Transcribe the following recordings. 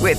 With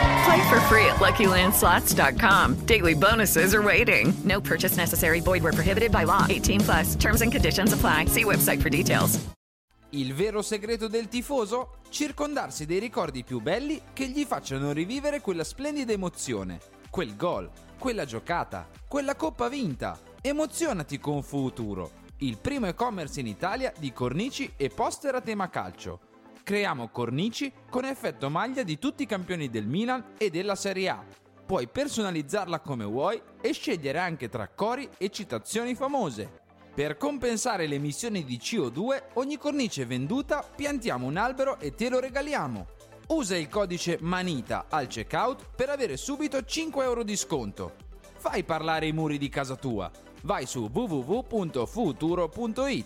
Play for free at LuckyLandSlots.com. Daily bonuses are waiting. No purchase necessary. Void where prohibited by law. 18 plus. Terms and conditions apply. See website for details. Il vero segreto del tifoso? Circondarsi dei ricordi più belli che gli facciano rivivere quella splendida emozione, quel gol, quella giocata, quella coppa vinta. Emozionati con Futuro, il primo e-commerce in Italia di cornici e poster a tema calcio. Creiamo cornici con effetto maglia di tutti i campioni del Milan e della Serie A. Puoi personalizzarla come vuoi e scegliere anche tra cori e citazioni famose. Per compensare le emissioni di CO2, ogni cornice venduta piantiamo un albero e te lo regaliamo. Usa il codice MANITA al checkout per avere subito 5 euro di sconto. Fai parlare i muri di casa tua. Vai su www.futuro.it.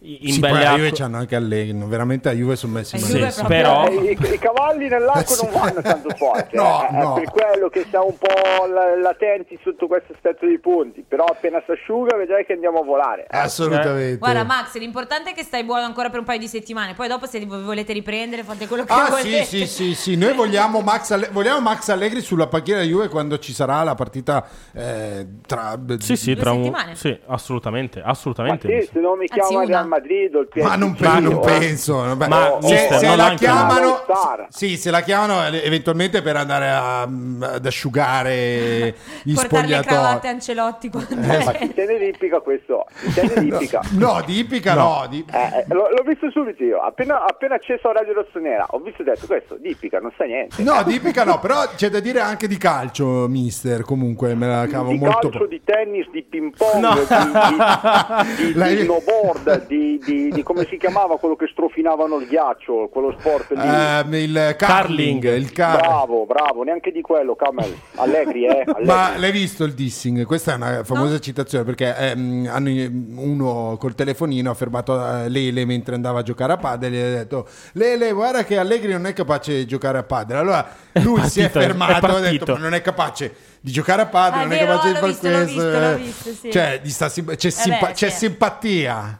in sì, poi belle la acque. Juve c'hanno anche Allegri, Juve Juve sono messi Sì, male. sì, però- eh, I, i cavalli nell'acqua non vanno tanto forte, No, eh, no. è per quello che siamo un po' la- latenti sotto questo aspetto dei punti, però appena si asciuga vedrai che andiamo a volare. Eh, Assolutamente. Guarda Max, l'importante è che stai buono ancora per un paio di settimane, poi dopo se vi volete riprendere fate quello che Ah sì, volete. sì, sì, sì, noi vogliamo Max, Alle- vogliamo Max Allegri sulla panchina della Juve quando ci sarà la partita eh, tra... Sì, sì, tra un... settimane? Sì, assolutamente, Ma assolutamente. sì, se non mi chiama Real Madrid o il PSG, Ma non, pe- non o- penso. no, beh, Ma, se, mister, se non la anche- chiamano, Star. sì, se la chiamano eh, eventualmente per andare a- mm, ad asciugare gli Portare le cravatte spogliatoi. a Ancelotti quando Eh, Ma chi tiene l'ippica questo? Chi tiene l'ippica? No, di Ipica no. di- Eh, eh, l'ho, l'ho visto subito io, appena, appena acceso a Radio Rossonera, ho visto e detto questo, di Ippica non sa niente. No, di Ipica no, però c'è da dire anche di calcio, mister. Comunque me la cavo di molto. calcio, di tennis, di ping pong, No. di, di, di, Lei- di snowboard, di, di- di come si chiamava quello che strofinavano il ghiaccio, quello sport lì. Ehm, il curling, il car- Bravo, bravo, neanche di quello, Camel. Allegri, eh? Allegri. Ma l'hai visto il dissing? Questa è una famosa citazione perché ehm, hanno- uno col telefonino ha fermato eh, Lele mentre andava a giocare a padel e gli ha detto Lele guarda che Allegri non è capace di giocare a padel. Allora lui si è partito, è fermato e ha partito. detto "Ma non è capace di giocare a padel, Ah, è non è vero, capace di l'ho fare visto, l'ho questo. visto, l'ho eh. visto, sì. Cioè, gli sta simpa- c'è, Eh beh, simpa- c'è sì. simpatia.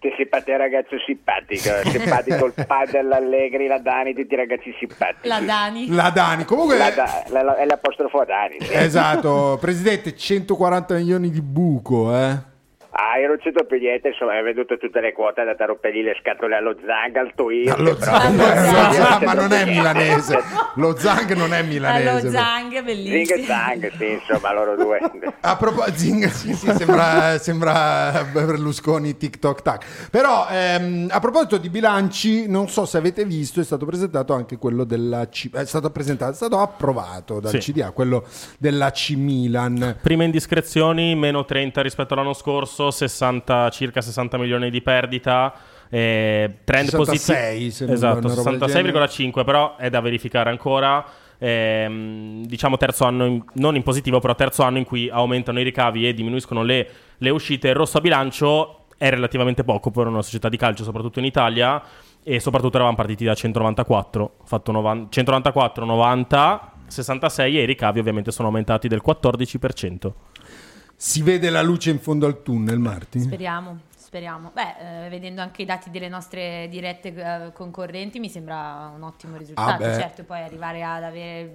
Ti simpatico, ragazzo simpatico. Simpatico il padre, l'Allegri, la Dani, tutti i ragazzi simpatici. La Dani. La Dani, comunque La Da- la- la- è l'apostrofo a Dani. sì. Esatto, presidente, 140 milioni di buco, eh. Ah, ero ceto per niente, insomma, hai venduto tutte le quote, è andata a rompergli le scatole allo Zanga, al Toio. Lo Zang, lo Zang, ma non è milanese. Lo Zang non è milanese. Allo Zang, bellissimo. Zing e Zang, sì, insomma, loro due. A proposito, Zing, sì, sì, sembra, sembra Berlusconi TikTok tac. Però ehm, a proposito di bilanci, non so se avete visto, è stato presentato anche quello della C, è stato presentato, è stato approvato dal Sì. CDA, quello della C Milan. Prime indiscrezioni, meno 30 rispetto all'anno scorso, 60 circa 60 milioni di perdita. eh, trend 66 positivo sembra, esatto, una roba del 66,5 però è da verificare ancora ehm, diciamo terzo anno in- non in positivo però terzo anno in cui aumentano i ricavi e diminuiscono le, le uscite il rosso a bilancio è relativamente poco per una società di calcio soprattutto in Italia e soprattutto eravamo partiti da 194 fatto 90 194 90 66 e i ricavi ovviamente sono aumentati del 14% Si vede la luce in fondo al tunnel, Martin? Speriamo, speriamo. Beh, eh, vedendo anche i dati delle nostre dirette eh, concorrenti mi sembra un ottimo Ah, risultato. beh. certo, poi arrivare ad avere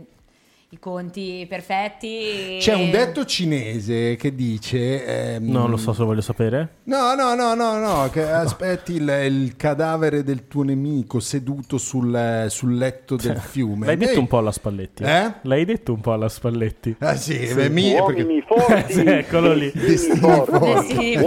i conti perfetti. C'è un e- detto cinese che dice... ehm, non lo so se lo voglio sapere No, no, no, no, no, che aspetti il, il cadavere del tuo nemico seduto sul, sul letto del fiume. L'hai detto Noi- un po' alla Spalletti. Eh? L'hai detto un po' alla Spalletti. Ah, sì, beh, mi- Uomini forti, Sì, eccolo lì. destini Sì, forti, uomini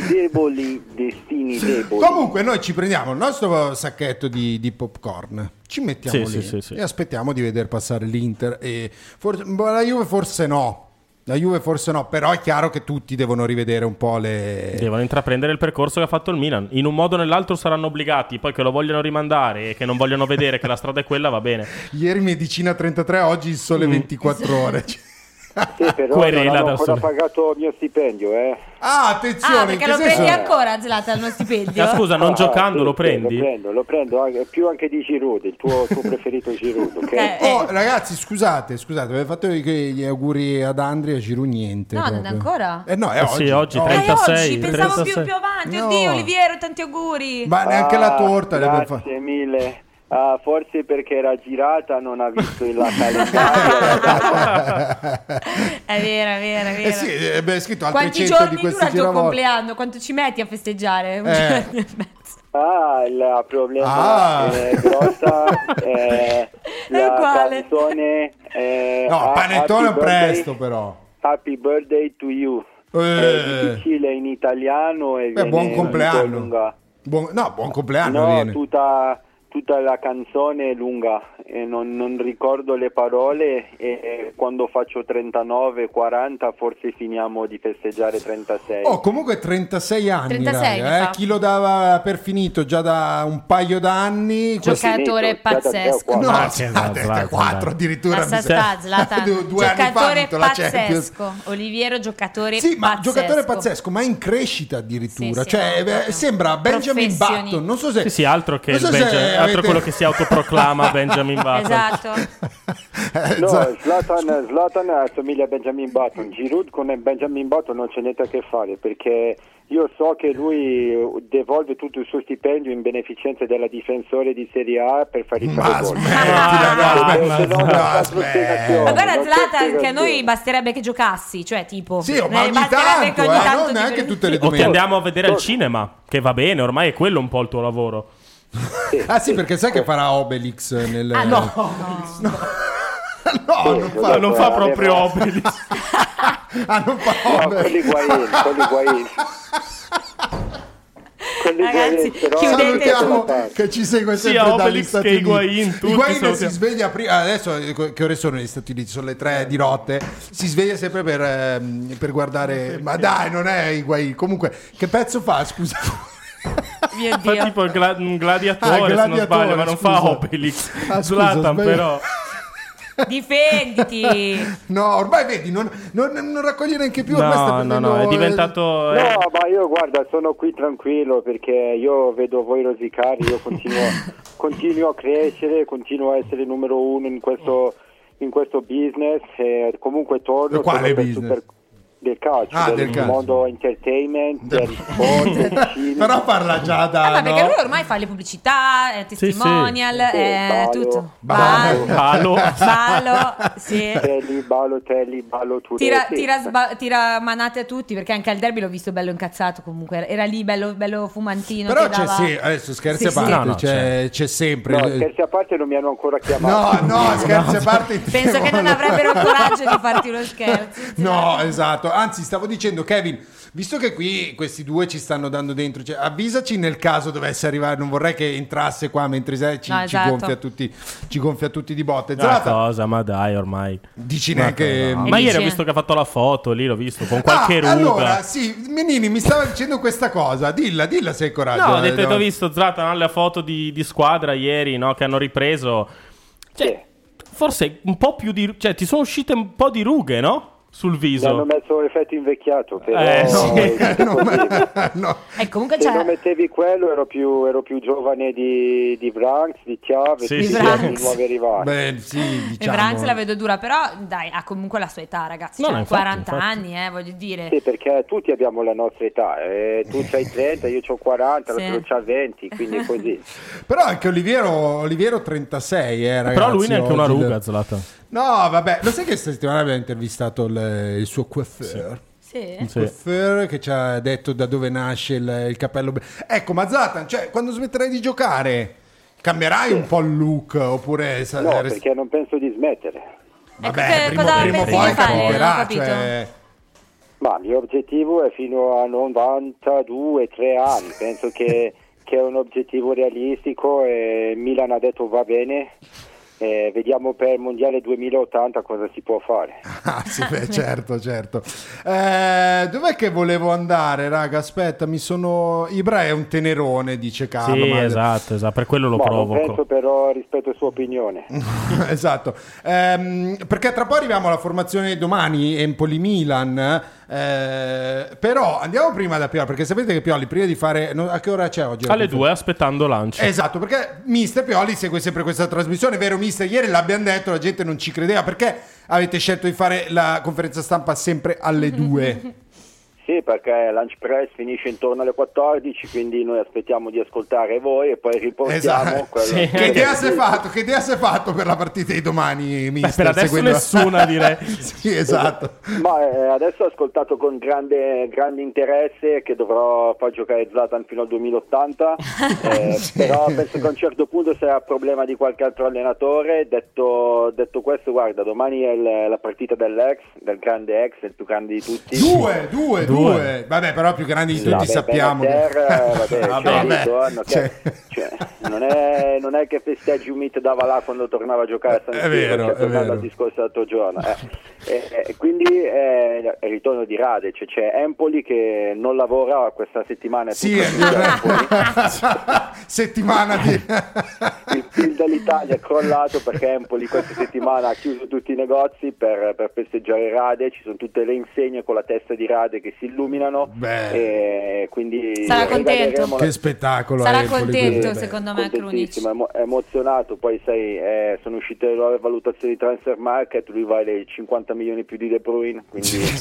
forti. deboli, destini deboli. Comunque noi ci prendiamo il nostro sacchetto di, di popcorn, ci mettiamo Sì, lì Eh, sì, sì, sì. e aspettiamo di vedere passare l'Inter. E forse- boh, la Juve forse no. La Juve forse no, però è chiaro che tutti devono rivedere un po' le... Devono intraprendere il percorso che ha fatto il Milan. In un modo o nell'altro saranno obbligati. Poi che lo vogliono rimandare e che non vogliono vedere che la strada è quella, va bene. Ieri medicina 33, oggi il Mm. sole 24 ore. Sì, però Querela non hanno dal ancora sole. pagato il mio stipendio, eh. Ah, attenzione! Ah, in perché che lo senso? prendi ancora Zlatan allo stipendio? Ma scusa, non Ah, giocando sì, lo sì, prendi? Lo prendo, lo prendo anche- più anche di Giroud, il tuo, tuo preferito Giroud, ok? Eh, eh. Oh, ragazzi, scusate, scusate, avevo fatto i- gli auguri ad Andrea Giru niente. No, non proprio. ancora? Eh no, è Eh oggi. sì, oggi, Oh, Ah, è 36, oggi, pensavo più, 36. più avanti. No. Oddio, Oliviero, tanti auguri. Ma neanche la torta le abbiamo Ah, grazie fatta. mille. Ah, forse perché era girata non ha visto il calendario. È vero, è vero, è vero. Eh sì, eh, beh, è scritto altri Quanti 100 di giorni dura questi il tuo giravolte. compleanno? Quanto ci metti a festeggiare? Un Eh. giorno e mezzo. ah, il problema Ah. è grossa. eh, la uguale. canzone, eh, No, ha- panettone Happy Birthday- Ah, presto però. Happy birthday to you. È Eh, difficile in italiano e beh, viene buon molto compleanno. eh, lunga. Buon- no, buon compleanno No, viene. tutta tutta la canzone è lunga e non, non ricordo le parole e e quando faccio 39, 40 forse finiamo di festeggiare 36. Oh, comunque 36 anni, 36 raga, ne eh. fa. chi lo dava per finito già da un paio d'anni. Giocatore pazzesco. No, Ma sì, esatto, esatto, quattro addirittura. Basta mi sa. sta Zlatan. Due- due anni fa ha giocatore vinto la Champions. pazzesco. Oliviero, giocatore Sì, ma pazzesco. giocatore pazzesco, ma in crescita addirittura. Sì, sì, cioè, no, beh, proprio. sembra Benjamin Professionista. Button. Non so se. Sì, sì, altro che non il so se Benja- altro avete- quello che si autoproclama Benjamin Button. Esatto. Eh, No, Zlatan, Zlatan assomiglia a Benjamin Button. Giroud con Benjamin Button non c'è niente a che fare perché io so che lui devolve tutto il suo stipendio in beneficenza della difensore di Serie A per far Ma ricevere gol. smettila, Se no, non no, ha spiegazione, Ma guarda non c'è Zlatan che a spiegazione. noi basterebbe che giocassi, cioè tipo... Sì, oh, ma eh, ogni basterebbe che tanto, ogni eh, tanto non ti è che prendi- tutte le O che domeniche. andiamo a vedere al cinema, che va bene, ormai è quello un po' il tuo lavoro. Ah, sì, perché sai che farà Obelix nel. Ah, no. No, non fa, Oh, non fa proprio Obelix. ah, non fa No, Obelix. quelli guai, quelli guai. Quelli Eh, Ragazzi, guai, però- Salutiamo che ci segue Sia sempre dagli Obelix Stati che Uniti. Higuain, tutti Higuain si salutiamo. sveglia prima. Adesso eh, co- che ore sono negli Stati Uniti? Sono le tre di notte. Si sveglia sempre per, ehm, per guardare. Ma dai, non è Higuain. Comunque, che pezzo fa? Scusa. Mio Fa tipo il gla- un gladiatore, Ah, se non sbaglio, ma non fa scusa. Obelix. Ah, scusa, Zlatan sbaglio. però. Difenditi. No, ormai vedi, non, non- non raccoglie neanche più. ormai No, no, sta no, è prendendo- diventato... eh, No, ma io guarda, sono qui tranquillo perché io vedo voi rosicare, io continuo, continuo a crescere, continuo a essere numero uno in questo, in questo business e comunque torno... E torno quale per business? del calcio, Ah, del, del calcio. mondo entertainment, del sport, del cinema. Però parla già da. Ah, ma perché no? lui ormai fa le pubblicità, eh, sì. testimonial, eh, Ballo. tutto. Ballo. Ballo. Ballo, sì. Telli, ballo, telli, ballo, tu. Tira, tira sba- tira manate a tutti perché anche al derby l'ho visto bello incazzato comunque era lì bello, bello fumantino Però che c'è, dava- sì, adesso scherzi Sì, a sì. parte, No, no, c'è, certo. c'è sempre. No, scherzi a parte non mi hanno ancora chiamato. No, no, scherzi a parte. ti penso che non devono- avrebbero coraggio di farti uno scherzo No, esatto. Anzi, stavo dicendo, Kevin, visto che qui questi due ci stanno dando dentro, cioè, avvisaci nel caso dovesse arrivare. Non vorrei che entrasse qua mentre sei, ci, No, ci esatto. gonfia tutti, ci gonfia tutti di botte. Ah, Zlatan, cosa, ma dai, ormai. Dici Ma neanche- cosa, E Ma dici- ieri ho visto che ha fatto la foto lì, l'ho visto con qualche Ah, ruga. Allora, sì, Menini mi stava dicendo questa cosa. Dilla, dilla se hai coraggio. No, ho eh, detto che davanti. ho visto Zlatan alla foto di, di squadra ieri, no, che hanno ripreso. Cioè, forse un po' più di... Cioè, ti sono uscite un po' di rughe, no? Sul Mi viso. hanno messo effetto invecchiato, però... Eh, sì. eh, e Eh, comunque Se c'è non mettevi quello ero più, ero più giovane di, di Branks, di Chiave, Sì, di sì. tutti Branks. i nuovi arrivati. Beh, sì, e diciamo. Branks Eh, la vedo dura però dai ha comunque la sua età ragazzi No, cioè, no, infatti, 40 infatti. anni eh, voglio dire Sì, perché tutti abbiamo la nostra età, eh, tu c'hai 30, io ho 40, Sì. l'altro c'ha 20, quindi è così. Però anche Oliviero, Oliviero 36, eh, ragazzi, Però lui neanche oggi una del- ruga, Zlatan. No, vabbè, lo sai che questa settimana abbiamo intervistato il, il suo coiffeur? Sì. Il coiffeur che ci ha detto da dove nasce il, il capello. be- Ecco, ma Zlatan, cioè, quando smetterai di giocare, cambierai un po' il look? Oppure sa- No, rest- perché non penso di smettere. vabbè, che- prima, cosa prima o pensi poi di fare? Non ho capirà. capito. Cioè, Ma il mio obiettivo è fino a 92-3 anni, penso che, che è un obiettivo realistico e Milan ha detto va bene, eh, vediamo per il Mondiale 2080 cosa si può fare. ah, sì, beh, certo, certo. Eh, dov'è che volevo andare, raga? Aspetta, mi sono. Ibra è un tenerone, dice Carlo. Sì, ma- esatto, esatto, per quello lo Ma non provoco. penso però rispetto alla sua opinione. esatto. Ehm, perché tra poco arriviamo alla formazione di domani, Empoli-Milan. eh, però andiamo prima da Pioli, perché sapete che Pioli prima di fare... no, a che ora c'è oggi? Alle due, aspettando lancio. Esatto, perché Mister Pioli segue sempre questa trasmissione, vero Mister? Ieri l'abbiamo detto, la gente non ci credeva, perché avete scelto certo di fare la conferenza stampa sempre alle due? Sì, perché Lunch Press finisce intorno alle 14, quindi noi aspettiamo di ascoltare voi e poi riportiamo quello Sì. Che idea si è fatto? Che idea si è fatto per la partita di domani, Mister? per adesso nessuna, direi. sì, esatto. Ma eh, adesso ho ascoltato con grande, grande interesse che dovrò far giocare Zlatan fino al 2080, eh, però penso che a un certo punto sarà problema di qualche altro allenatore. Detto, detto questo, guarda, domani è il- la partita dell'ex, del grande ex, il più grande di tutti. Due, due, due, due. Vabbè, però più grandi di Sì, tutti vabbè, sappiamo. che- Benacer, vabbè, Vabbè, cioè, vabbè. ritorno, Cioè, non, è, non è che festeggi un mito dava là quando tornava a giocare a San È Siro, vero, cioè, è tornando vero. al discorso dell'altro giorno. eh. E- e quindi eh, il ritorno di Radec, c'è Empoli che non lavora questa settimana. è Sì, tutto chiuso, settimana di... il PIL dell'Italia è crollato perché Empoli questa settimana ha chiuso tutti i negozi per, per festeggiare Rade, ci sono tutte le insegne con la testa di Rade che si illuminano Eh, e quindi Sarà regaleremo contento. la- Che spettacolo. Sarà Empoli, contento questo. secondo me Krunic. contentissimo, emo- emozionato, poi sai, eh, sono uscite le nuove valutazioni di transfer market, lui vale 50 milioni più di De Bruyne, quindi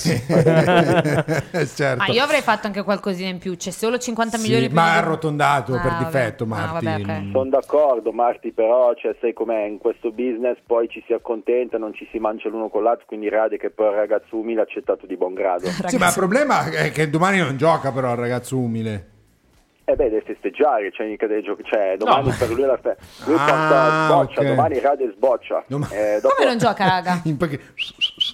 certo. Ah, io avrei fatto anche qualcosina in più, c'è solo 50 Sì, milioni per ma il- arrotondato per Ah, vabbè. difetto, Ah, Marti. vabbè, ok. Sono d'accordo, Marti, però cioè, sai com'è in questo business, poi ci si accontenta, non ci si mangia l'uno con l'altro, quindi Rade che poi è un ragazzo umile accettato di buon grado. Sì, ma il problema è che domani non gioca però il ragazzo umile. Eh beh, deve festeggiare, cioè, mica deve gio- cioè domani ma- per lui è la fe- lui Ah, porta- sboccia, ok. domani Rade sboccia. Eh, dopo- Come non gioca, raga? In- perché-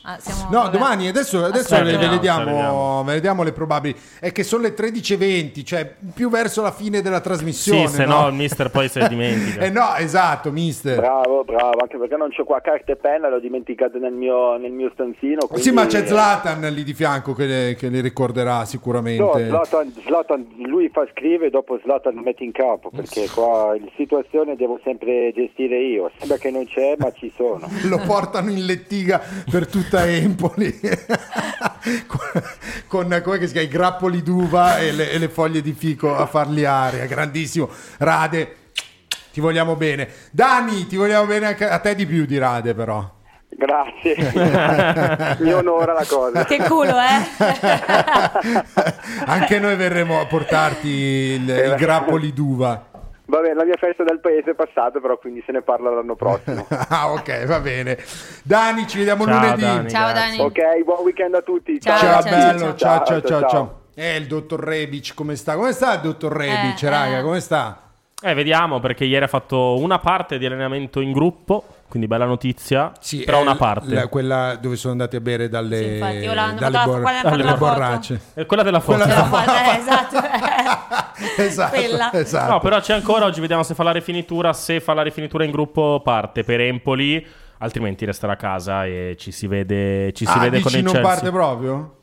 Ah, siamo- No, vabbè. domani, adesso, adesso Aspetta, le, le no, vediamo, vediamo. ve le diamo le probabili. È che sono le 13.20, cioè più verso la fine della trasmissione. Sì, se no il mister poi se ne dimentica. Eh no, esatto, mister. Bravo, bravo, anche perché non c'ho qua carta e penna, l'ho dimenticata nel mio, nel mio stanzino. Quindi... Sì, ma c'è Zlatan lì di fianco che le, che le ricorderà No, sicuramente. Zlatan, Zlatan, lui fa scrivere dopo Zlatan mette in campo perché qua la situazione devo sempre gestire io. Sembra che non c'è, ma ci sono. Lo portano in lettiga per tutta Empoli con, con come che si chiama, i grappoli d'uva e le, e le foglie di fico a fargli aria. Grandissimo. Rade, ti vogliamo bene. Dani, ti vogliamo bene anche a te di più di Rade però. Grazie, mi onora la cosa. Che culo, eh? Anche noi verremo a portarti il- i grappoli d'uva. Vabbè, la mia festa del paese è passata, però quindi se ne parla l'anno prossimo. Ah, ok, va bene. Dani, ci vediamo Ciao, lunedì. Dani, Ciao, grazie. Dani. Ok, buon weekend a tutti. Ciao, Ciao, ciao, bello. Ciao, ciao, ciao, ciao, ciao. ciao. Eh, il dottor Rebic, come sta? Come sta il dottor Rebic, eh. raga? Come sta? Eh, vediamo perché ieri ha fatto una parte di allenamento in gruppo, quindi bella notizia, però Eh, una l- parte. la- quella dove sono andati a bere dalle, infatti, io la- hanno dalle, fatto la- bor- quella- dalle hanno fatto la borracce. Eh, quella della foto. Quella Eh, esatto. esatto, Quella. esatto. No, però c'è ancora oggi, vediamo se fa la rifinitura, se fa la rifinitura in gruppo parte per Empoli, altrimenti resterà a casa e ci si vede, ci si Ah, vede dici con il non Chelsea. parte proprio?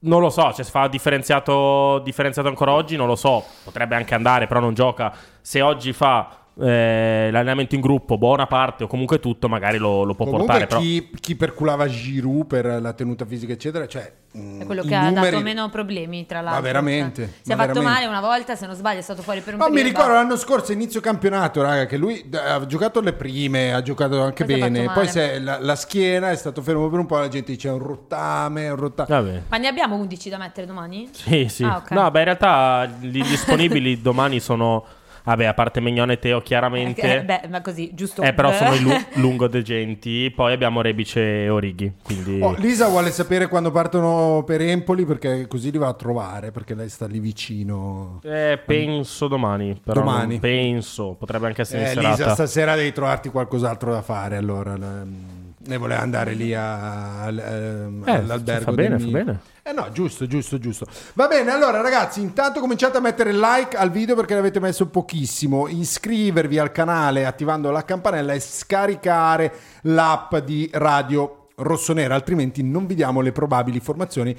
Non lo so, cioè, se fa differenziato, differenziato ancora oggi, non lo so, potrebbe anche andare, però non gioca. Se oggi fa eh, l'allenamento in gruppo, buona parte o comunque tutto, magari lo, lo può Comunque portare. Però... chi, chi perculava Giroud per la tenuta fisica, eccetera, cioè... È quello i che ha dato numeri- meno problemi, tra l'altro. cioè, Ma veramente, Si è ma fatto veramente. male una volta, se non sbaglio, è stato fuori per un Ma mi periodo. ricordo l'anno scorso, inizio campionato, raga, che lui d- ha giocato le prime, ha giocato anche Poi si è bene. fatto male. Poi si è- Cioè, la, la schiena è stato fermo per un po'. La gente dice: è un rottame, è un rottame. Ma ne abbiamo 11 da mettere domani? Sì, sì. Ah, ok. No, beh, in realtà gli disponibili domani sono. Vabbè, a parte Megnone e Teo, chiaramente. Eh, beh, ma così, giusto. Eh, però sono i lu- lungodegenti. Poi abbiamo Rebice e Orighi. Quindi. Oh, Lisa vuole sapere quando partono per Empoli perché così li va a trovare perché lei sta lì vicino. Eh, penso domani. Però Domani. non penso. Potrebbe anche essere in Eh, serata. Lisa, stasera devi trovarti qualcos'altro da fare. Allora, Ehm, ne voleva andare lì a- al- ehm, Eh, all'albergo. fa bene, del fa Milan. bene. Eh no, giusto, giusto, giusto. Va bene, allora ragazzi, intanto cominciate a mettere like al video perché l'avete messo pochissimo, iscrivervi al canale attivando la campanella e scaricare l'app di Radio Rossonera, altrimenti non vi diamo le probabili formazioni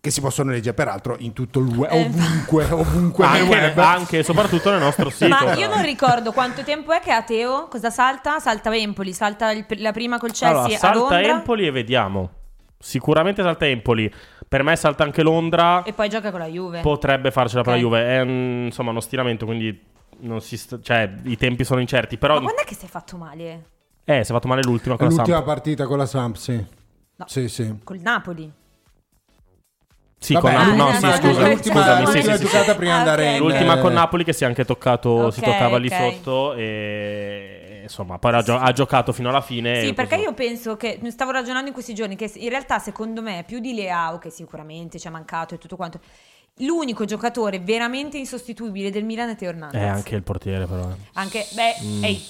che si possono leggere peraltro in tutto il web, ovunque, ovunque nel Anche, web. anche e soprattutto nel nostro sito. Ma io non ricordo quanto tempo è che ha Teo. Cosa salta? Salta Empoli, salta il- la prima col Chelsea Allora, a salta Londra Empoli e vediamo. Sicuramente salta Empoli. Per me salta anche Londra. e poi gioca con la Juve. Potrebbe farcela per la Ok. Juve. È mm, insomma uno stiramento, quindi non si sta- cioè, i tempi sono incerti. Però Ma quando è che si è fatto male? eh, si è fatto male l'ultima con la L'ultima Samp. partita con la Samp, sì. Sì, sì. Col Napoli. Ah, eh, Sì, Vabbè, con Eh, l'ultima- no, sì, scusa, l'ultima- scusami, sì, l'ultima sì, sì, giocata sì. prima di andare in- L'ultima con Napoli che si è anche toccato, si Eh, Ok, toccava lì ok. sotto e insomma, poi ha, gio- ha giocato fino alla fine. Sì, e perché così. io penso che ne stavo ragionando in questi giorni che in realtà secondo me più di Leao che sicuramente ci è mancato e tutto quanto l'unico giocatore veramente insostituibile del Milan è Teo Hernandez. Eh, anche il portiere però. eh. Anche- beh, Mm. ehi.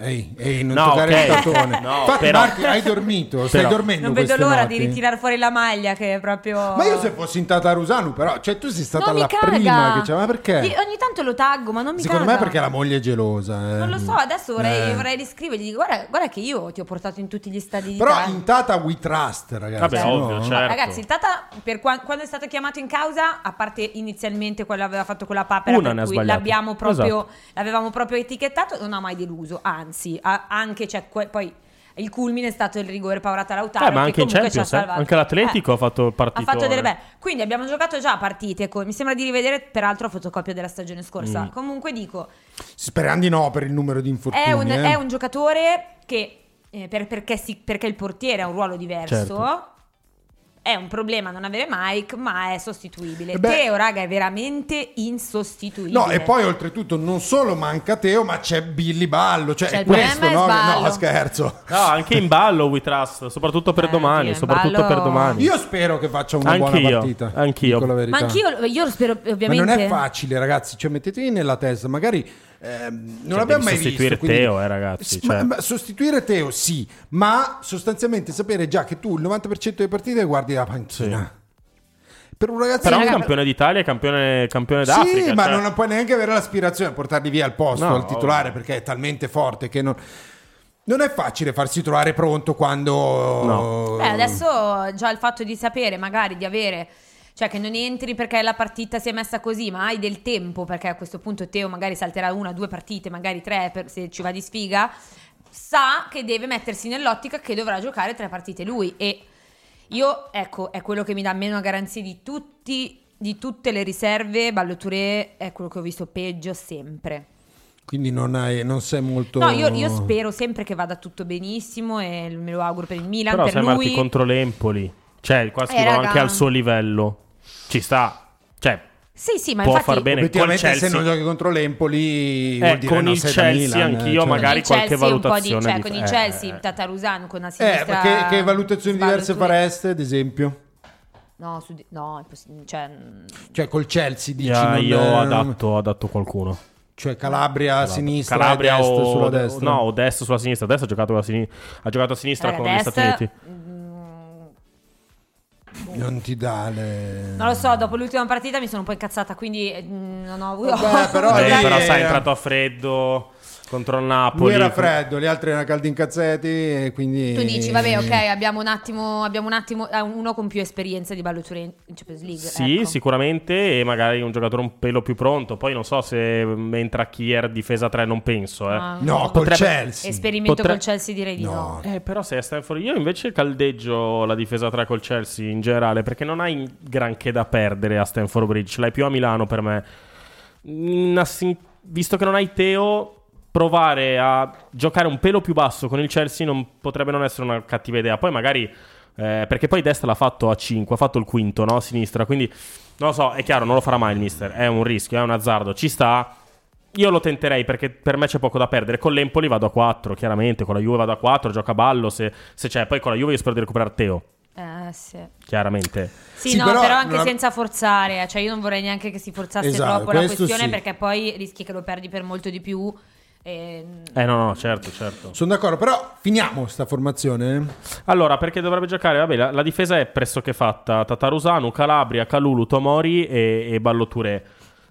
Ehi, ehi, non No, toccare il ok. tatone. No, Infatti, però- Marti, hai dormito? Stai Però- dormendo Non vedo queste l'ora notti? di ritirare fuori la maglia che è proprio... Ma io se fossi in Tatarusano, però, cioè tu sei stata Non mi la caga. prima che c'è, ma perché? Gli- ogni tanto lo taggo, ma non mi Secondo me caga. perché la moglie è gelosa. eh. Non lo so, adesso vorrei, Eh. vorrei riscrivergli. dico, Guarda, guarda che io ti ho portato in tutti gli stadi di Però Italia. in Tata we trust, ragazzi. Vabbè, no? ovvio, certo. Ragazzi, il Tata, per qua- quando è stato chiamato in causa, a parte inizialmente quello aveva fatto quella papera, Una ne ha per cui sbagliato. l'abbiamo proprio, Esatto. l'avevamo proprio etichettato, non ha mai deluso, anzi, ha- anche cioè, que- poi il culmine è stato il rigore Paurata Lautaro, Eh, ma anche che in comunque Champions, ci ha eh. salvato. anche l'Atletico Eh, ha fatto il ha partito. fatto delle belle. Quindi abbiamo giocato già partite con, mi sembra di rivedere peraltro fotocopia della stagione scorsa. Mm. Comunque dico, Speriamo di no per il numero di infortuni. è un, eh. è un giocatore che eh, per- perché, si- perché il portiere ha un ruolo diverso. Certo. È un problema non avere Mike, ma è sostituibile. Beh- Teo, raga, è veramente insostituibile. No, e poi oltretutto non solo manca Teo, ma c'è Billy Ballo. Cioè, C'è è il questo, problema, no? è Sballo. No, scherzo. No, anche in ballo We Trust, soprattutto per domani, Eh, in soprattutto ballo- per domani. Io spero che faccia una buona Anch'io, partita. anch'io. dico la verità. Ma anch'io, io lo spero, ovviamente. Ma non è facile, ragazzi. Cioè, mettetevi nella testa, magari ehm, non Cioè, l'abbiamo devi mai sostituire visto. quindi- Teo, eh, ragazzi, Sì, ma- cioè. ma sostituire Teo, sì, ma sostanzialmente sapere già che tu il 90% delle partite guardi la panchina. Per un ragazzo Però che- è campione d'Italia, e campione, campione d'Africa. Sì, ma cioè- non puoi neanche avere l'aspirazione a portarli via al posto, No. al titolare, perché è talmente forte che non... Non è facile farsi trovare pronto quando... Ehm. Beh, Eh, adesso già il fatto di sapere, magari di avere. Cioè che non entri perché la partita si è messa così, ma hai del tempo, perché a questo punto Teo magari salterà una, due partite, magari tre per- se ci va di sfiga, sa che deve mettersi nell'ottica che dovrà giocare tre partite lui. E io, ecco, è quello che mi dà meno garanzie di tutti, di tutte le riserve, Balloture è quello che ho visto peggio sempre. Quindi non, hai, non sei molto... No, io, Mm. io spero sempre che vada tutto benissimo e me lo auguro per il Milan, Però per sei lui. Marti contro l'Empoli. Cioè, qua Eh, scrivo raga. anche al suo livello. Ci sta. Cioè, Sì, sì, ma può infatti far bene col Obiettivamente Chelsea. se non giochi contro l'Empoli... Eh, vuol dire con no, il sei da Chelsea Milan, eh, anch'io cioè. magari qualche Chelsea un po' di- valutazione cioè, con di- il eh, Chelsea, Tatarusano con una Eh, sinistra. che, che valutazioni diverse Sballo, tu- fareste, ad esempio? No, su di- no, è possi- cioè, mm, Cioè col Chelsea dici... Ah, non- io ho non- adatto, ho adatto qualcuno. Cioè Calabria a sinistra Calabria e destra o, sulla destra. No, o destra sulla sinistra. Adesso ha giocato, a sini- ha giocato a sinistra raga, con Dest- gli Stati Uniti. Non ti dà le... Non lo so, dopo l'ultima partita mi sono un po' incazzata, quindi eh, mm, non ho avuto... Vabbè, però Eh, lì però sai, è era- entrato a freddo contro il Lui Napoli. era freddo, gli altri erano caldi in cazzetti e quindi... Tu dici, vabbè, ok, abbiamo un attimo, abbiamo un attimo eh, uno con più esperienza di Balloture in in Champions League. Sì, ecco. sicuramente, e magari un giocatore un pelo più pronto. Poi non so se mm, entra Kier difesa 3, non penso. eh. Ah, No, col Potrebbe- Chelsea. Esperimento Potre- col Chelsea direi di no. Eh, però se è Stanford, io invece caldeggio la difesa 3 col Chelsea in generale perché non hai granché da perdere a Stanford Bridge, l'hai più a Milano per me. Una sin- visto che non hai Teo, provare a giocare un pelo più basso con il Chelsea non- potrebbe non essere una cattiva idea. Poi magari eh, perché poi destra l'ha fatto a 5, ha fatto il quinto no? a sinistra, quindi non lo so, è chiaro, non lo farà mai il mister, è un rischio, è un azzardo, ci sta. Io lo tenterei perché per me c'è poco da perdere. Con l'Empoli vado a 4, chiaramente. Con la Juve vado a 4, gioca a ballo se, se c'è. Poi con la Juve io spero di recuperare Teo, Eh, sì. chiaramente. Sì, no, però, anche senza forzare, cioè io non vorrei neanche che si forzasse Esatto, troppo la questo questione sì. perché poi rischi che lo perdi per molto di più. e- Eh no, no, certo, certo. Sono d'accordo, però finiamo sta formazione. Allora, perché dovrebbe giocare? Vabbè, la, la difesa è pressoché fatta. Tatarusanu, Calabria, Calulu, Tomori e, e Balloture.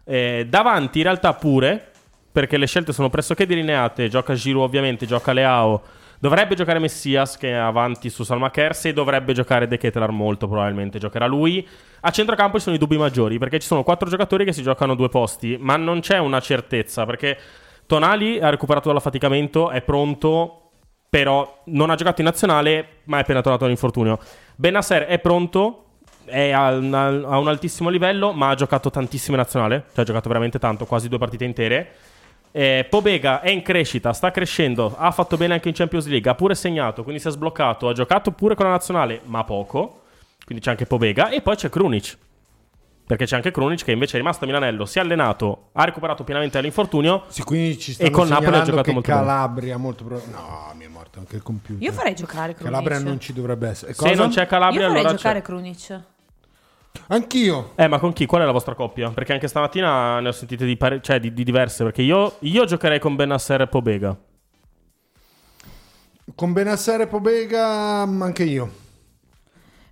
Eh, davanti in realtà pure, perché le scelte sono pressoché delineate. Gioca Giroud ovviamente, gioca Leao. Dovrebbe giocare Messias che è avanti su Salma Kersey, dovrebbe giocare De Ketelaar molto probabilmente, giocherà lui. A centrocampo ci sono i dubbi maggiori, perché ci sono quattro giocatori che si giocano due posti, ma non c'è una certezza, perché Tonali ha recuperato dall'affaticamento, è pronto, però non ha giocato in nazionale, ma è appena tornato dall'infortunio. Benasser è pronto, è a un, a un altissimo livello, ma ha giocato tantissimo in nazionale, cioè ha giocato veramente tanto, quasi due partite intere. Eh, Pobega è in crescita, sta crescendo, ha fatto bene anche in Champions League, ha pure segnato, quindi si è sbloccato, ha giocato pure con la nazionale, ma poco. Quindi c'è anche Pobega e poi c'è Krunic. Perché c'è anche Krunic che invece è rimasto a Milanello, si è allenato, ha recuperato pienamente dall'infortunio e con Napoli ha giocato molto bene. Calabria molto pro- No, mi è morto anche il computer. Io farei giocare Krunic. Calabria non ci dovrebbe essere. Se non c'è Calabria, io vorrei allora giocare Krunic. c'è- Anch'io. Eh, ma con chi? Qual è la vostra coppia? Perché anche stamattina ne ho sentite di, pare- cioè, di- di diverse. Perché io, io giocherei con Benasser e Pobega. Con Benassere e Pobega mm, anche io.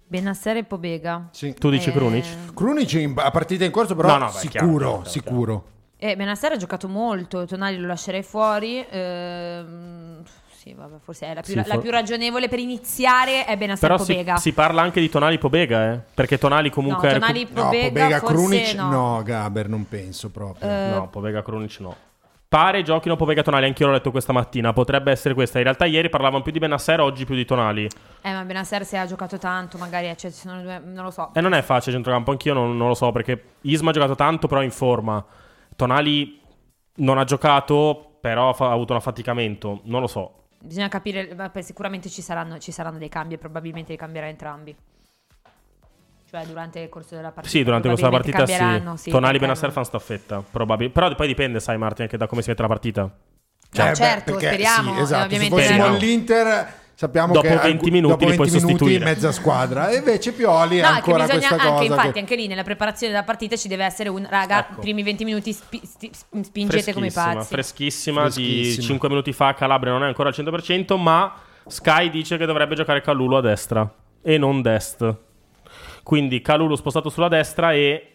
Benassere e Pobega. Tu dici Eh, Krunic? Krunic in- a partita in corso però No, no, beh, sicuro, chiaro, chiaro, chiaro. sicuro. Eh, Benassere ha giocato molto, Tonali lo lascerei fuori. ehm, sì, vabbè, forse è la più, Sì, la for- più ragionevole per iniziare è Benassere Però e si, Pobega. si parla anche di Tonali Pobega, eh? Perché Tonali comunque... No, è recu- Tonali Pobega, forse no. Gaber non penso proprio. Eh. No, Povega Krunic no. Pare giochino Povega Tonali, anch'io l'ho letto questa mattina, potrebbe essere questa. In realtà ieri parlavano più di Benassera, oggi più di Tonali. Eh, ma Benassere se ha giocato tanto, magari eh, cioè, ci sono due, non lo so. E Eh, non è facile centrocampo, anch'io non, non lo so, perché Isma ha giocato tanto, però è in forma. Tonali non ha giocato, però ha fa- ha avuto un affaticamento, non lo so. Bisogna capire, vabbè, sicuramente ci saranno, ci saranno dei cambi e probabilmente li cambierà entrambi. Cioè durante il corso della partita. Sì, durante questa probabilmente partita sì. cambieranno, Tonali perché Benassera non- fanno staffetta, probabile. Però poi dipende, sai Martin, anche da come si mette la partita. No, certo, speriamo, Eh, sì, esatto. eh, ovviamente Se fossimo Speriamo. all'Inter sappiamo Dopo che 20 alcu- minuti dopo li puoi 20 minuti sostituire. mezza squadra e invece Pioli ha No, è che ancora bisogna questa anche, cosa infatti, che- anche lì nella preparazione della partita ci deve essere un raga, primi 20 minuti spi- sti- spingete come Freschissima, pazzi. freschissima, di Freschissima. 5 minuti fa Calabria non è ancora al 100%, ma Sky dice che dovrebbe giocare Calulu a destra e non dest. Quindi Calulu spostato sulla destra e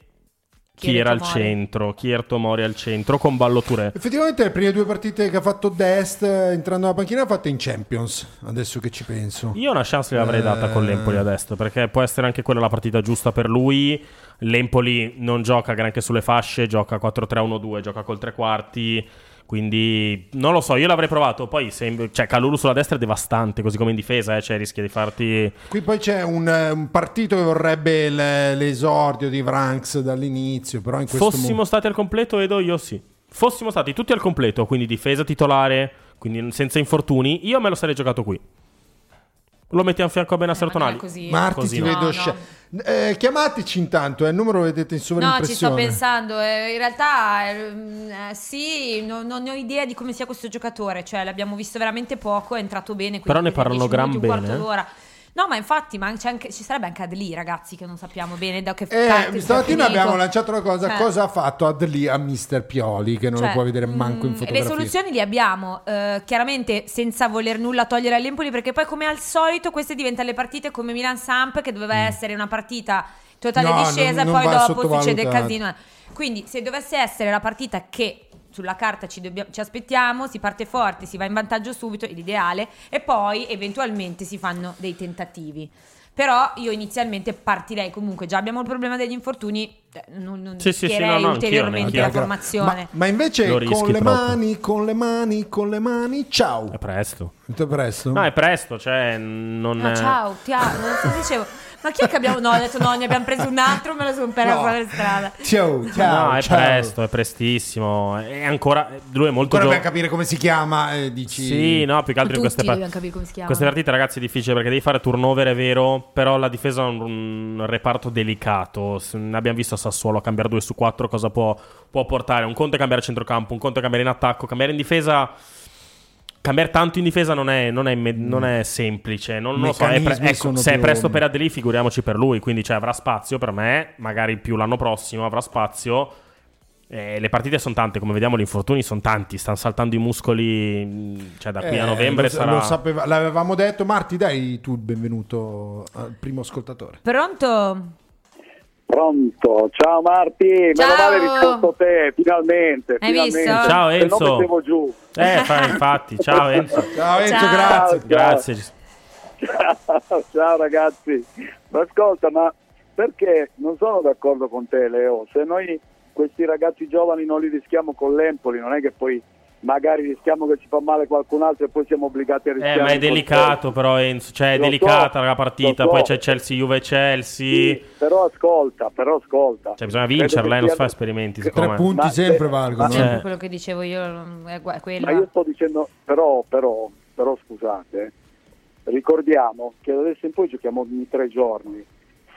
chi Kier era al Tomori. centro, Kier Tomori al centro con Ballo Touré. Effettivamente le prime due partite che ha fatto Dest eh, entrando nella panchina le ha fatte in Champions, adesso che ci penso. Io una chance l'avrei data con Eh. l'Empoli a destra, perché può essere anche quella la partita giusta per lui. L'Empoli non gioca granché sulle fasce, gioca 4-3-1-2, gioca col tre quarti. Quindi non lo so, io l'avrei provato. Poi, se, cioè, Calulu sulla destra è devastante, così come in difesa, eh, cioè rischia di farti. Qui poi c'è un, eh, un partito che vorrebbe il- l'esordio di Vranks dall'inizio, però in questo Fossimo mo- stati al completo, Edo, io sì. Fossimo stati tutti al completo, quindi difesa titolare, quindi senza infortuni, io me lo sarei giocato qui. Lo mettiamo a fianco a Benasser Tonali. Marti Così ti no. vedo scia- Eh, chiamateci intanto, eh, il numero lo vedete in No, ci sto sovraimpressione. pensando. eh, in realtà, ehm, eh, sì, no- non ne ho idea di come sia questo giocatore. Cioè, l'abbiamo visto veramente poco, è entrato bene. quindi Però ne per parlano 10 minuti, gran un quarto bene, eh. d'ora. No, ma infatti, ma c'è anche- ci sarebbe anche Adli, ragazzi, che non sappiamo bene da che parte Eh, sia stamattina finito. abbiamo lanciato una cosa, Eh. cosa ha fatto Adli a Mister Pioli che non Cioè, lo può vedere manco in Mm, fotografia. Le soluzioni le abbiamo, eh, chiaramente senza voler nulla togliere all'Empoli, perché poi come al solito queste diventano le partite come Milan-Samp, che doveva essere una partita totale Mm. No, discesa, non- non poi va dopo succede il sottovalutata. casino. eh. Quindi se dovesse essere la partita che sulla carta ci, dobbia- ci aspettiamo, si parte forti, si va in vantaggio subito, è l'ideale, e poi eventualmente si fanno dei tentativi. Però io inizialmente partirei comunque, già abbiamo il problema degli infortuni, eh, non, non Sì, sì, sì, no, rischierei no, anch'io, ulteriormente anch'io. la Anche la- formazione. Ma invece Lo con le rischi troppo. mani, con le mani, con le mani, ciao. È presto. Tutto presto? No, è presto, cioè non No, è- Ah, ciao, ti amo. Non so, dicevo, ma chi è che abbiamo. No, ho detto no, ne abbiamo preso un altro, me lo sono perso No. per strada. Ciao, ciao. No, è ciao. presto, è prestissimo. È ancora lui è molto Ancora dobbiamo giovane. capire come si chiama, eh, dici. Sì, no, più che altro in queste, par- come si chiama. queste partite, ragazzi, è difficile perché devi fare turnover, è vero. Però la difesa è un, un reparto delicato. S- Abbiamo visto a Sassuolo cambiare 2 su 4 cosa può, può portare. Un conto è cambiare a centrocampo, un conto è cambiare in attacco, cambiare in difesa. Cambiare tanto in difesa non è, non è me- non è semplice. Non, non lo so, è pre- Meccanismi ecco, sono se è più- presto per Adeli, figuriamoci per lui. Quindi cioè, avrà spazio per me, magari più l'anno prossimo avrà spazio. Eh, le partite sono tante, come vediamo, gli infortuni sono tanti. Stanno saltando i muscoli. mh, Cioè, da qui a Eh, novembre lo, sarà. lo sapeva- l'avevamo detto, Marti, dai tu il benvenuto al primo ascoltatore. Pronto? Pronto, ciao Marti, Ciao. meno male hai risposto a te, finalmente. Hai finalmente. visto? Ciao, Se Enzo. no mettevo giù. Eh, fa- infatti, ciao Enzo. Ciao Enzo, Ciao. grazie. Grazie. Eh, Ciao, ciao ragazzi. Ma ascolta, ma perché non sono d'accordo con te, Leo? Se noi questi ragazzi giovani non li rischiamo con l'Empoli, non è che poi magari rischiamo che ci fa male qualcun altro e poi siamo obbligati a Eh, rischiare. ma è col delicato, però, Enzo. Cioè, è Lo so, delicata la partita. lo so. Poi c'è Chelsea, Juve, Chelsea. Sì, però ascolta, però ascolta. Cioè, bisogna Credo vincerla, che eh, non si fa sia- esperimenti. Tre Secondo me. punti sempre valgono. ma- eh. Cioè, Quello che dicevo io è gua- è quello. Ma io sto dicendo, però, però, però scusate, ricordiamo che da adesso in poi giochiamo ogni tre giorni.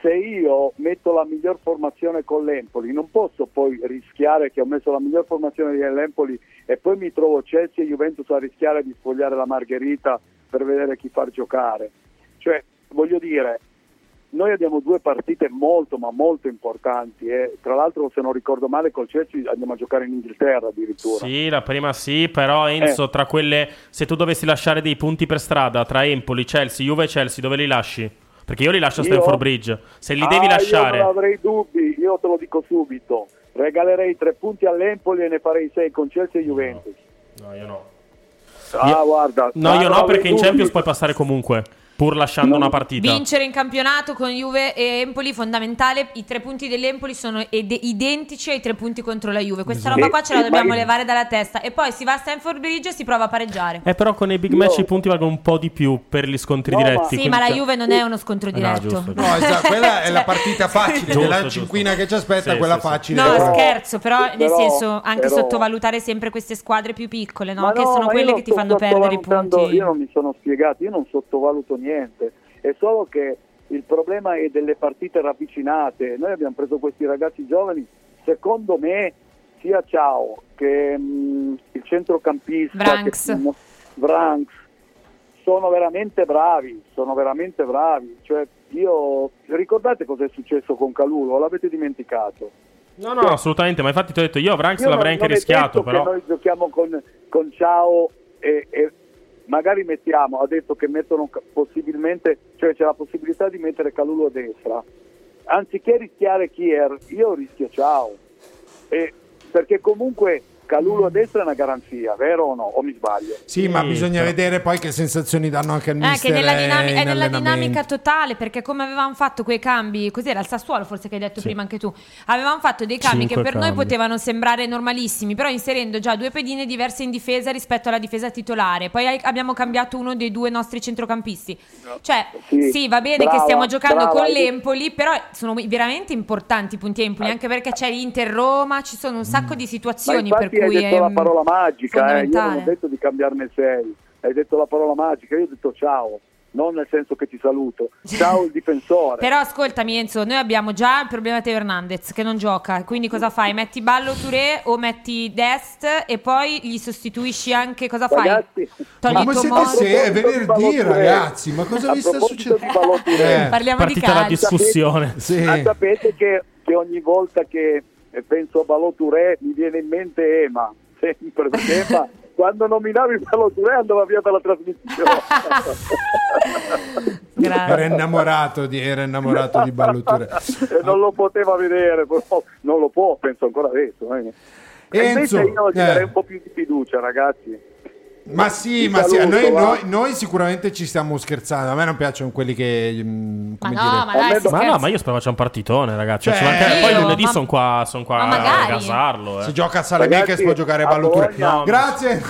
Se io metto la miglior formazione con l'Empoli, non posso poi rischiare che ho messo la miglior formazione con l'Empoli e poi mi trovo Chelsea e Juventus a rischiare di sfogliare la Margherita per vedere chi far giocare. Cioè, voglio dire, Noi abbiamo due partite molto ma molto importanti eh. tra l'altro se non ricordo male col Chelsea andiamo a giocare in Inghilterra addirittura. Sì, la prima sì, però Enzo, Eh. tra quelle. Se tu dovessi lasciare dei punti per strada tra Empoli, Chelsea, Juve e Chelsea, dove li lasci? Perché io li lascio a Io? Stanford Bridge. Se li Ah, devi lasciare. Io non avrei dubbi, io te lo dico subito. Regalerei tre punti all'Empoli e ne farei sei con Chelsea e Juventus. No, io no. Ah, Io- guarda. Mm. No, io guarda, no, avrei perché in dubbi. Champions puoi passare comunque. Pur lasciando una partita. Vincere in campionato con Juve e Empoli fondamentale. I tre punti dell'Empoli sono ed- identici ai tre punti contro la Juve. Questa Esatto. roba qua ce la Eh, dobbiamo ma- levare dalla testa. E poi si va a Stanford Bridge e si prova a pareggiare. Eh, però con i big match i punti valgono un po' di più per gli scontri diretti. Sì, quindi ma la cioè- Juve non è uno scontro No, diretto. giusto, No, esatto, quella è la partita facile, Giusto, della giusto. cinquina che ci aspetta, Sì, quella sì, sì. facile. No, Però- scherzo, però nel però- senso anche però- sottovalutare sempre queste squadre più piccole, no? Ma che no, sono ma quelle io che ti sto fanno perdere i sottovalutando- punti. Io non mi sono spiegato, io non sottovaluto niente. È solo che il problema è delle partite ravvicinate. Noi abbiamo preso questi ragazzi giovani, secondo me sia Ciao che mm, il centrocampista Branks. che- Branks, sono veramente bravi, sono veramente bravi. Cioè, io ricordate cosa è successo con Calulo? L'avete dimenticato? No, no, assolutamente. Ma infatti ti ho detto io, Vranks Io l'avrei non- anche non è rischiato. detto Però. Che noi giochiamo con, con Ciao e, e magari mettiamo, ha detto che mettono ca- possibilmente, cioè c'è la possibilità di mettere Calulo a destra. Anziché rischiare Kier, io rischio Ciao. E- perché comunque Calulo a destra è una garanzia, vero o no? O mi sbaglio? Sì, ma bisogna vedere poi che sensazioni danno anche al Eh, che mister nella dinami- eh, è in nella allenamento. dinamica totale, perché come avevamo fatto quei cambi, cos'era il Sassuolo forse che hai detto prima anche tu, avevamo fatto dei cambi Cinque che per noi cambi. potevano sembrare normalissimi, però inserendo già due pedine diverse in difesa rispetto alla difesa titolare, poi hai- abbiamo cambiato uno dei due nostri centrocampisti. Cioè, sì, Sì, va bene che brava, stiamo giocando brava, con hai detto- l'Empoli, però sono veramente importanti i punti Empoli, anche perché c'è l'Inter-Roma, ci sono un sacco di Ma situazioni per infatti hai cui detto è la mm, parola magica, eh. io non ho fondamentale. detto di cambiarne sei, hai detto la parola magica, io ho detto ciao, non nel senso che ti saluto, ciao il difensore. Però ascoltami Enzo, noi abbiamo già il problema di Teo Hernandez che non gioca, quindi cosa fai? Metti Ballo Touré o metti Dest e poi gli sostituisci anche cosa fai? Ragazzi, Togli Ma come siete Tomori. se è venerdì, ragazzi? Ma cosa vi sta succedendo? Eh. Parliamo di Partita la calcio. discussione. Sì. Ma Ah, sapete che, che ogni volta che eh, penso a Baloturè mi viene in mente Ema, sempre perché Ema quando nominavi Baloturè andava via dalla trasmissione. Era innamorato di, era innamorato di Balloture. E non lo poteva vedere, però non lo può, penso ancora adesso. eh. E Enzo, invece io gli eh. darei un po' più di fiducia, ragazzi. Ma sì, Ti ma sì, saluto, noi, va. noi- noi sicuramente ci stiamo scherzando. A me non piacciono quelli che. mm, come no, dire- ma dai, si ma scherza. no, ma io speravo c'è un partitone, ragazzi. Cioè, Ci manca- poi io, lunedì ma- sono qua, son qua Ma a magari. gasarlo. Eh. Si gioca a Salamicca e si può giocare a Balloture. Bologna- Grazie.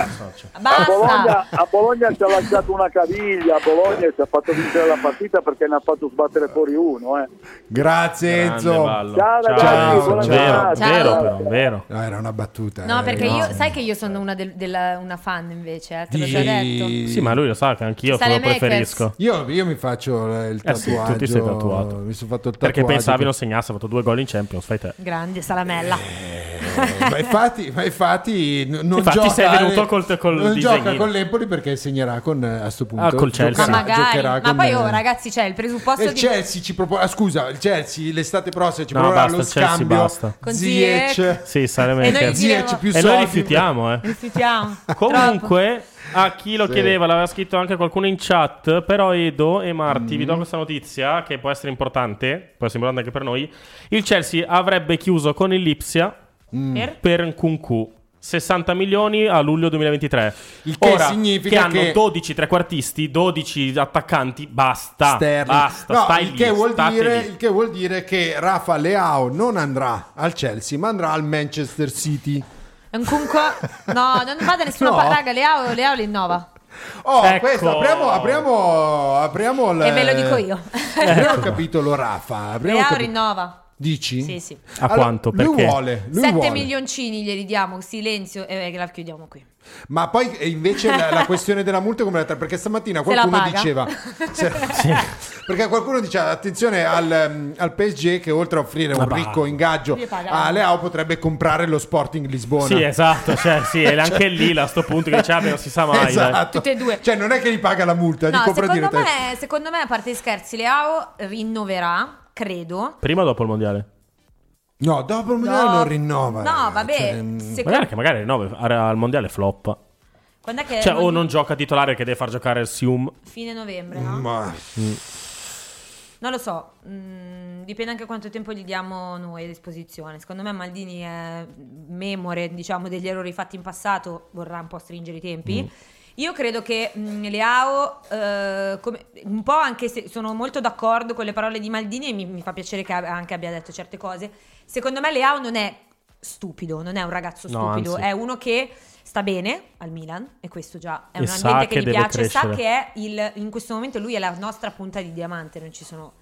A Bologna, a Bologna ci ha lasciato una caviglia, a Bologna ci ha fatto vincere la partita perché ne ha fatto sbattere fuori uno. Eh. Grazie Grande Enzo. Ballo. Ciao, ragazzi, buona Vero, giornata. vero, Ciao. però, vero. No, era una battuta. eh. No, perché no. io sai che io sono una, del- della- una fan invece, eh, te l'ho Di- già detto. Sì, ma lui lo sa che anch'io Sale lo Makers. preferisco. Io, io mi faccio eh, il Eh tatuaggio. sì, tu ti sei tatuato. Mi sono fatto il tatuaggio. Perché pensavi che- non segnasse, ha fatto due gol in Champions, fai te. Grande Salamella. ma infatti, ma infatti n- non Infatti gioca sei venuto eh, col- col non disegnino. gioca con l'Empoli perché segnerà con eh, a sto punto Ah, col Chelsea. giocherà- ma magari, giocherà ma con, poi oh, eh, ragazzi, c'è il e presupposto Eh, il di Chelsea ci propone ah, scusa il Chelsea l'estate prossima ci No, proporrà basta, lo il Chelsea scambio basta. Con Ziyech Sì, Eh, sale E noi Cioè, Makers. diremo- Ziyech più E noi soldi. rifiutiamo, eh. rifiutiamo. Comunque, a chi lo Sì. chiedeva, l'aveva scritto anche qualcuno in chat. Però, Edo e Marti, Mm. vi do questa notizia che può essere importante. Può essere importante anche per noi. Il Chelsea avrebbe chiuso con il Lipsia Mm. Per? per Nkunku. 60 milioni a luglio 2023. Il che Ora, significa che hanno che- 12 trequartisti, 12 attaccanti. Basta, Sterling. basta, No, stai il, lì, che vuol state dire, lì. il che vuol dire che Rafa Leao non andrà al Chelsea ma andrà al Manchester City Nkunku No, non va da nessuna No. parte. Raga, Leao, Leao li innova. Oh, Ecco. questo, apriamo, apriamo, apriamo il- Eh, E ve lo dico io. Apriamo il capitolo Rafa. Apriamo il Leao capi- rinnova. Dici? Sì, sì. A quanto? Lui Perché? vuole, lui 7 vuole. milioncini glieli diamo, silenzio e eh, la chiudiamo qui. Ma poi eh, invece la, la questione della multa è come la tra- perché stamattina Se la qualcuno paga. diceva perché qualcuno diceva attenzione al, ehm, al PSG che oltre a offrire un Ma va. ricco ingaggio Gli paga a anche. Leao potrebbe comprare lo Sporting Lisbona. Sì, esatto, cioè, sì, è anche lì là, a sto punto che dice, "Ah, beh, non si sa mai, dai." Esatto. Cioè non è che gli paga la multa, gli No, compra secondo direttamente. me, secondo me, a parte gli scherzi, Leao rinnoverà, credo. Prima o dopo il mondiale? No, dopo il mondiale No. non rinnova. no, vabbè, secondo- Magari che magari no, al mondiale floppa. quando è che Cioè, o non- non gioca titolare che deve far giocare il Sium. fine novembre, no? Non lo so, mm, dipende anche quanto tempo gli diamo noi a disposizione. Secondo me Maldini è memore, diciamo, degli errori fatti in passato, vorrà un po' stringere i tempi. Io credo che mm, Leao, eh, come- un po' anche se sono molto d'accordo con le parole di Maldini e mi, mi fa piacere che ab- anche abbia detto certe cose, secondo me Leao non è stupido, non è un ragazzo No, stupido, anzi. è uno che sta bene al Milan e questo già è E un sa ambiente che che, gli deve piace, sa crescere. che è il, in questo momento lui è la nostra punta di diamante, non ci sono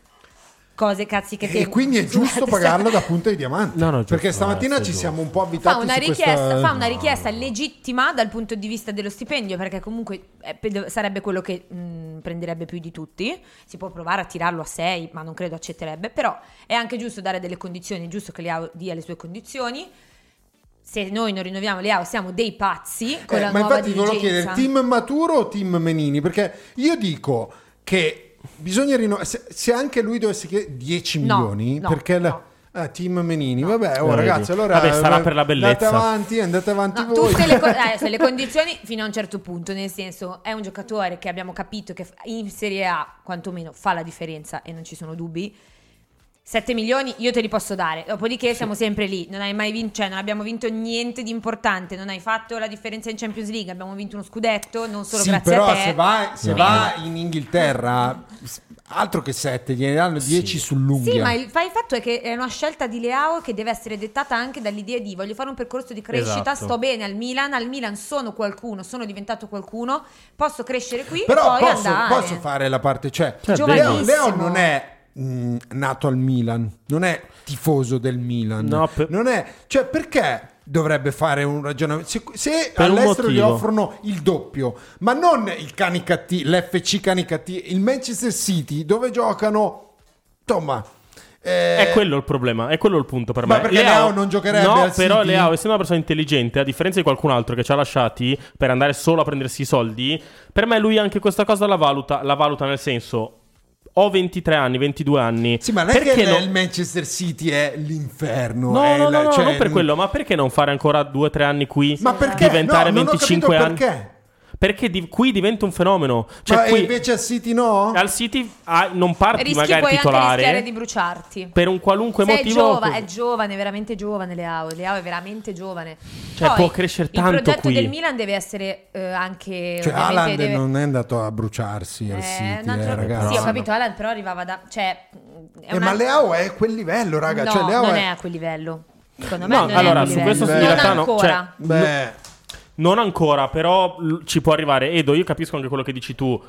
cose cazzi che E quindi è giusto pagarlo da punta di diamante. perché stamattina eh, ci giusto. siamo un po' abitati Fa una, su richiesta, questa... fa una richiesta legittima dal punto di vista dello stipendio, perché comunque eh, pe- sarebbe quello che mh, prenderebbe più di tutti. Si può provare a tirarlo a 6, ma non credo accetterebbe. Però è anche giusto dare delle condizioni, è giusto che Leao dia le sue condizioni. Se noi non rinnoviamo Leao siamo dei pazzi con Eh, la ma nuova infatti volevo chiedere dirigenza. team Maturo o team Menini perché io dico che bisogna rinnovare se, se anche lui dovesse chiedere 10 No, milioni no, perché la- ah, team Menini vabbè oh, Eh, ragazzi vedi. allora Vabbè, sarà eh, per la bellezza. andate avanti andate avanti No, voi tutte le, co- adesso, le condizioni fino a un certo punto, nel senso è un giocatore che abbiamo capito che f- in Serie A quantomeno fa la differenza e non ci sono dubbi. 7 milioni io te li posso dare, dopodiché siamo sempre lì, non hai mai vinto, cioè non abbiamo vinto niente di importante, non hai fatto la differenza in Champions League, abbiamo vinto uno scudetto, non solo sì grazie però a te. se va, se No. va in Inghilterra s- altro che 7 gliene danno 10 sull'unghia Sì, ma il, fa- il fatto è che è una scelta di Leao che deve essere dettata anche dall'idea di voglio fare un percorso di crescita, Esatto. sto bene al Milan, al Milan sono qualcuno, sono diventato qualcuno, posso crescere qui però e poi posso, andare. posso fare la parte cioè Certo. Leo, Giovanissimo. Leo non è mh, nato al Milan non è tifoso del Milan non è cioè perché dovrebbe fare un ragionamento se, se Per un all'estero gli motivo. offrono il doppio ma non il cani cattivi l'FC cani cattivi il Manchester City dove giocano Tomma È quello il problema, è quello il punto per Ma me. perché Leao non giocherebbe No, al però City? Leao, essendo una persona intelligente, a differenza di qualcun altro che ci ha lasciati per andare solo a prendersi i soldi, per me lui anche questa cosa la valuta, la valuta nel senso ho 23 anni, 22 anni. sì ma non è perché che no- il Manchester City è l'inferno No, è no, la- no, no, cioè, non per quello, ma perché non fare ancora 2-3 anni qui? Ma perché? Diventare No, non ho 25 capito anni? perché. Perché di- qui diventa un fenomeno. Cioè, ma qui invece al City no al City ah, non parti Rischi magari puoi anche rischiare titolare di bruciarti. per un qualunque Se è, motivo. giova- è giovane, veramente giovane Leao, Leao è veramente giovane. Cioè, Poi, può crescere Il tanto progetto qui. del Milan deve essere eh, anche... Cioè, ovviamente Haaland deve- non è andato a bruciarsi al Eh, City, un altro- eh, ragazzi. Sì, ho capito, Alan, però arrivava da... Cioè, è Eh, un ma altro- Leao è quel livello, raga. no, cioè, Leao non è... è... a quel livello. Secondo me No, non è a allora quel su livello. questo in non realtà no, ancora. cioè, no- non ancora, però l- ci può arrivare. Edo, io capisco anche quello che dici tu.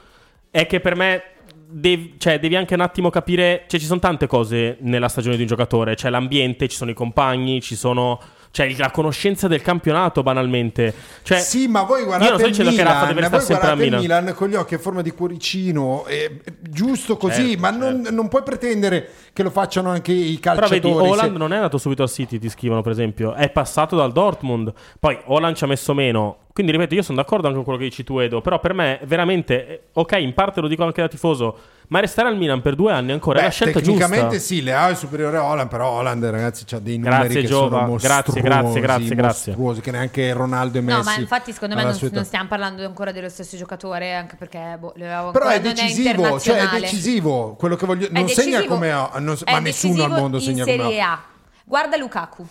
È che per me devi, cioè, devi anche un attimo capire. Cioè, ci sono tante cose nella stagione di un giocatore. C'è l'ambiente, ci sono i compagni, ci sono. Cioè, il- la conoscenza del campionato, banalmente. Cioè, Sì, ma voi Io non guardate sto il dicendo Milan, che Raffa deve voi stare sempre a guardate il Milan. Milan con gli occhi a forma di cuoricino, eh, giusto così, Certo, ma non, non puoi pretendere che lo facciano anche i Però calciatori. vedi, Holland se- non è andato subito al City, ti scrivono per esempio, è passato dal Dortmund, poi Holland ci ha messo meno. Quindi ripeto, io sono d'accordo anche con quello che dici tu Edo, però per me veramente, eh, ok, in parte lo dico anche da tifoso, ma restare al Milan per due anni ancora è Beh, la scelta giusta. tecnicamente sì, Leao è superiore a Holland, però Holland ragazzi ha dei numeri Grazie, che sono Giova. mostruosi, Grazie, grazie, grazie, grazie. mostruosi, che neanche Ronaldo e Messi. No, ma infatti secondo me ah, alla non, sua età. non stiamo parlando ancora dello stesso giocatore, anche perché boh, Leao Però ancora è non decisivo, cioè è internazionale. decisivo quello che voglio. È Non segna decisivo- come ho- non- è ma nessuno al decisivo mondo segna come in Serie ho. A. Guarda Lukaku.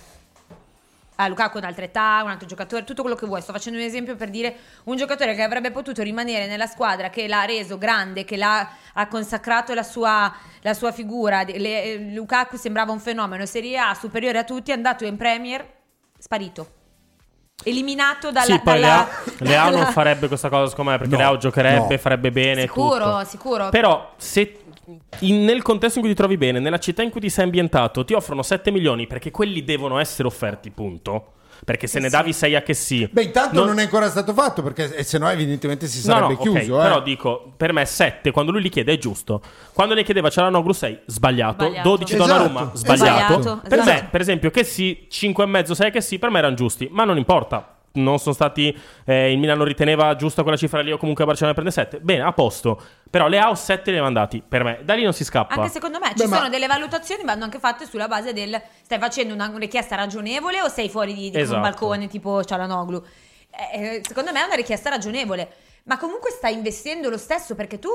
Ah, Lukaku è un'altra età, un altro giocatore, tutto quello che vuoi. Sto facendo un esempio per dire un giocatore che avrebbe potuto rimanere nella squadra che l'ha reso grande, che l'ha ha consacrato la sua, la sua figura. De- le- eh, Lukaku sembrava un fenomeno, Serie A superiore a tutti, è andato in Premier, sparito. Eliminato dalla... sì, poi dalla- Leao, Leao non dalla- farebbe questa cosa secondo me, perché Leao giocherebbe, farebbe bene. Sicuro, tutto. sicuro. Però se in- nel contesto in cui ti trovi bene, nella città in cui ti sei ambientato, ti offrono 7 milioni perché quelli devono essere offerti, punto. Perché Eh se ne davi 6 a che sì. Beh, intanto non... è ancora stato fatto perché eh, se no evidentemente si No, no, sarebbe ok, chiuso. eh. però dico, per me 7, quando lui li chiede è giusto. Quando ne chiedeva Cialanoglu 6, sbagliato. Sbagliato. 12 Esatto, Donnarumma, esatto. sbagliato. Sbagliato, Per esatto. me, per esempio, che sì, 5,5, 6 che sì, per me erano giusti, ma non importa. Non sono stati. eh, il Milano riteneva giusta quella cifra lì, o comunque Barcellona prende 7. Bene, a posto. Però le AO 7 le ha mandati. Per me, da lì non si scappa. Anche secondo me ci Beh, ma- sono delle valutazioni vanno anche fatte sulla base del stai facendo una richiesta ragionevole o sei fuori di, di Esatto. un balcone tipo Cialanoglu. Eh, eh, secondo me è una richiesta ragionevole, ma comunque stai investendo lo stesso perché tu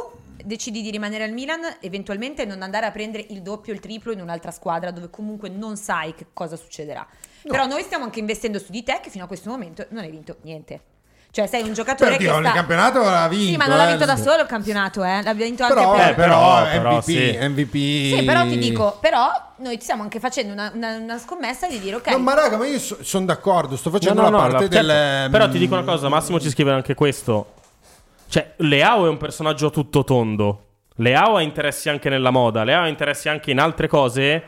decidi di rimanere al Milan, eventualmente non andare a prendere il doppio o il triplo in un'altra squadra dove comunque non sai che cosa succederà. Però noi stiamo anche investendo su di te che fino a questo momento non hai vinto niente. Cioè sei un giocatore Oddio, che il sta... campionato l'ha vinto. Sì, ma non l'ha eh. vinto da solo il campionato, eh. L'ha vinto anche Però, per... eh, però, però, MVP, sì. MVP. Sì, però ti dico, però noi stiamo anche facendo una, una- una scommessa di dire ok. No, ma raga, ma io sono d'accordo, sto facendo la Cioè, parte la- del... certo. ehm, Però ti dico una cosa, Massimo ci scrive anche questo. Cioè, Leao è un personaggio tutto tondo. Leao ha interessi anche nella moda, Leao ha interessi anche in altre cose.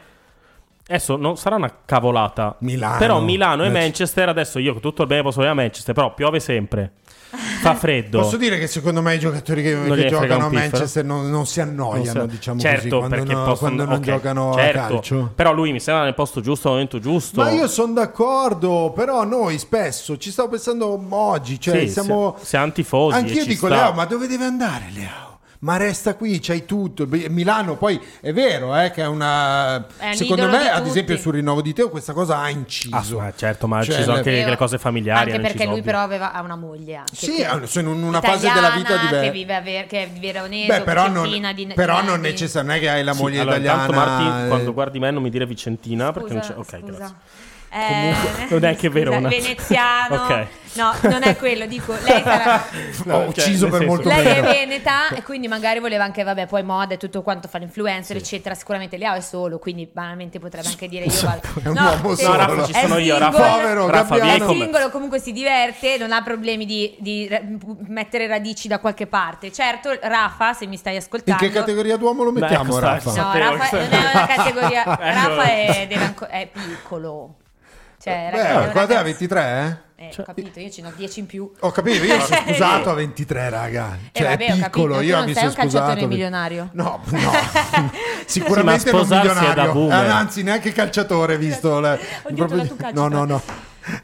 Adesso non sarà una cavolata. Milano. Però Milano e Manchester. Manchester, adesso io con tutto il bene posso volere a Manchester, però piove sempre. Fa freddo. Posso dire che secondo me i giocatori che, Non che gliene frega giocano a un piffero. Manchester non, non si annoiano, Non so- diciamo certo, così, quando, perché no- possono- quando non ok, giocano certo. a calcio. Però lui mi sembra nel posto giusto, al momento giusto. Ma io sono d'accordo, però noi spesso ci stavo pensando oggi, cioè Sì, siamo... se- siamo tifosi. Anch'io ci dico, sta. Leo, ma dove deve andare Leo? Ma resta qui, c'hai tutto. B- Milano poi è vero, eh, che è una... È un secondo idolo me, di ad esempio, tutti. sul rinnovo di Teo questa cosa ha inciso. Ah, ma certo, ma Cioè, ci sono anche eh, le, le cose familiari. anche hanno perché inciso, lui ovvio. però aveva, ha una moglie anche. Sì, che- ha- sono in una fase italiana, della vita Che diversa. vive a Ver- che è di Veroneso, Beh, però Vicentina, non, di- eh, però di- non di- necessa- non è che hai la Sì, moglie allora, italiana. intanto, Marti, eh, quando guardi me non mi dire Vicentina perché non c'è... Scusa, Ok, scusa. grazie. Eh, Comunque, non è che Verona. scusa, veneziano. Ok. No, non è quello, dico, lei sarà L'ho Ok, ucciso nel per senso- molto Lei bene. è veneta e quindi magari voleva anche, vabbè, poi moda e tutto quanto fa l'influencer, eccetera. Sicuramente Leao è solo, quindi banalmente potrebbe anche dire io vado. Esatto, È un uomo sì, solo. No, Raffa, ci è sono io, single, Raffa. Povero Raffa, è vieni con me. singolo, comunque si diverte, non ha problemi di, di ra- mettere radici da qualche parte. Certo, Rafa, se mi stai In ascoltando... che categoria d'uomo lo mettiamo, ecco, Raffa? sta- No, Sapevo Rafa che- non è una categoria... Ecco. Rafa è, deve anco- è piccolo. Cioè, Beh, ragazzi, è una quant'è, ragazza- 23? eh? eh, ho capito, io ce n'ho 10 in più. Ho capito, io sono scusato a 23, raga. Eh, Cioè, vabbè, è ho piccolo, capito, io tu mi non sei sono un calciatore scusato. milionario. No, no. Sicuramente Sì, ma non sposarsi è da milionario. boomer. Eh, anzi, neanche calciatore, visto. le- detto, proprio- ma tu calci, No, no, no.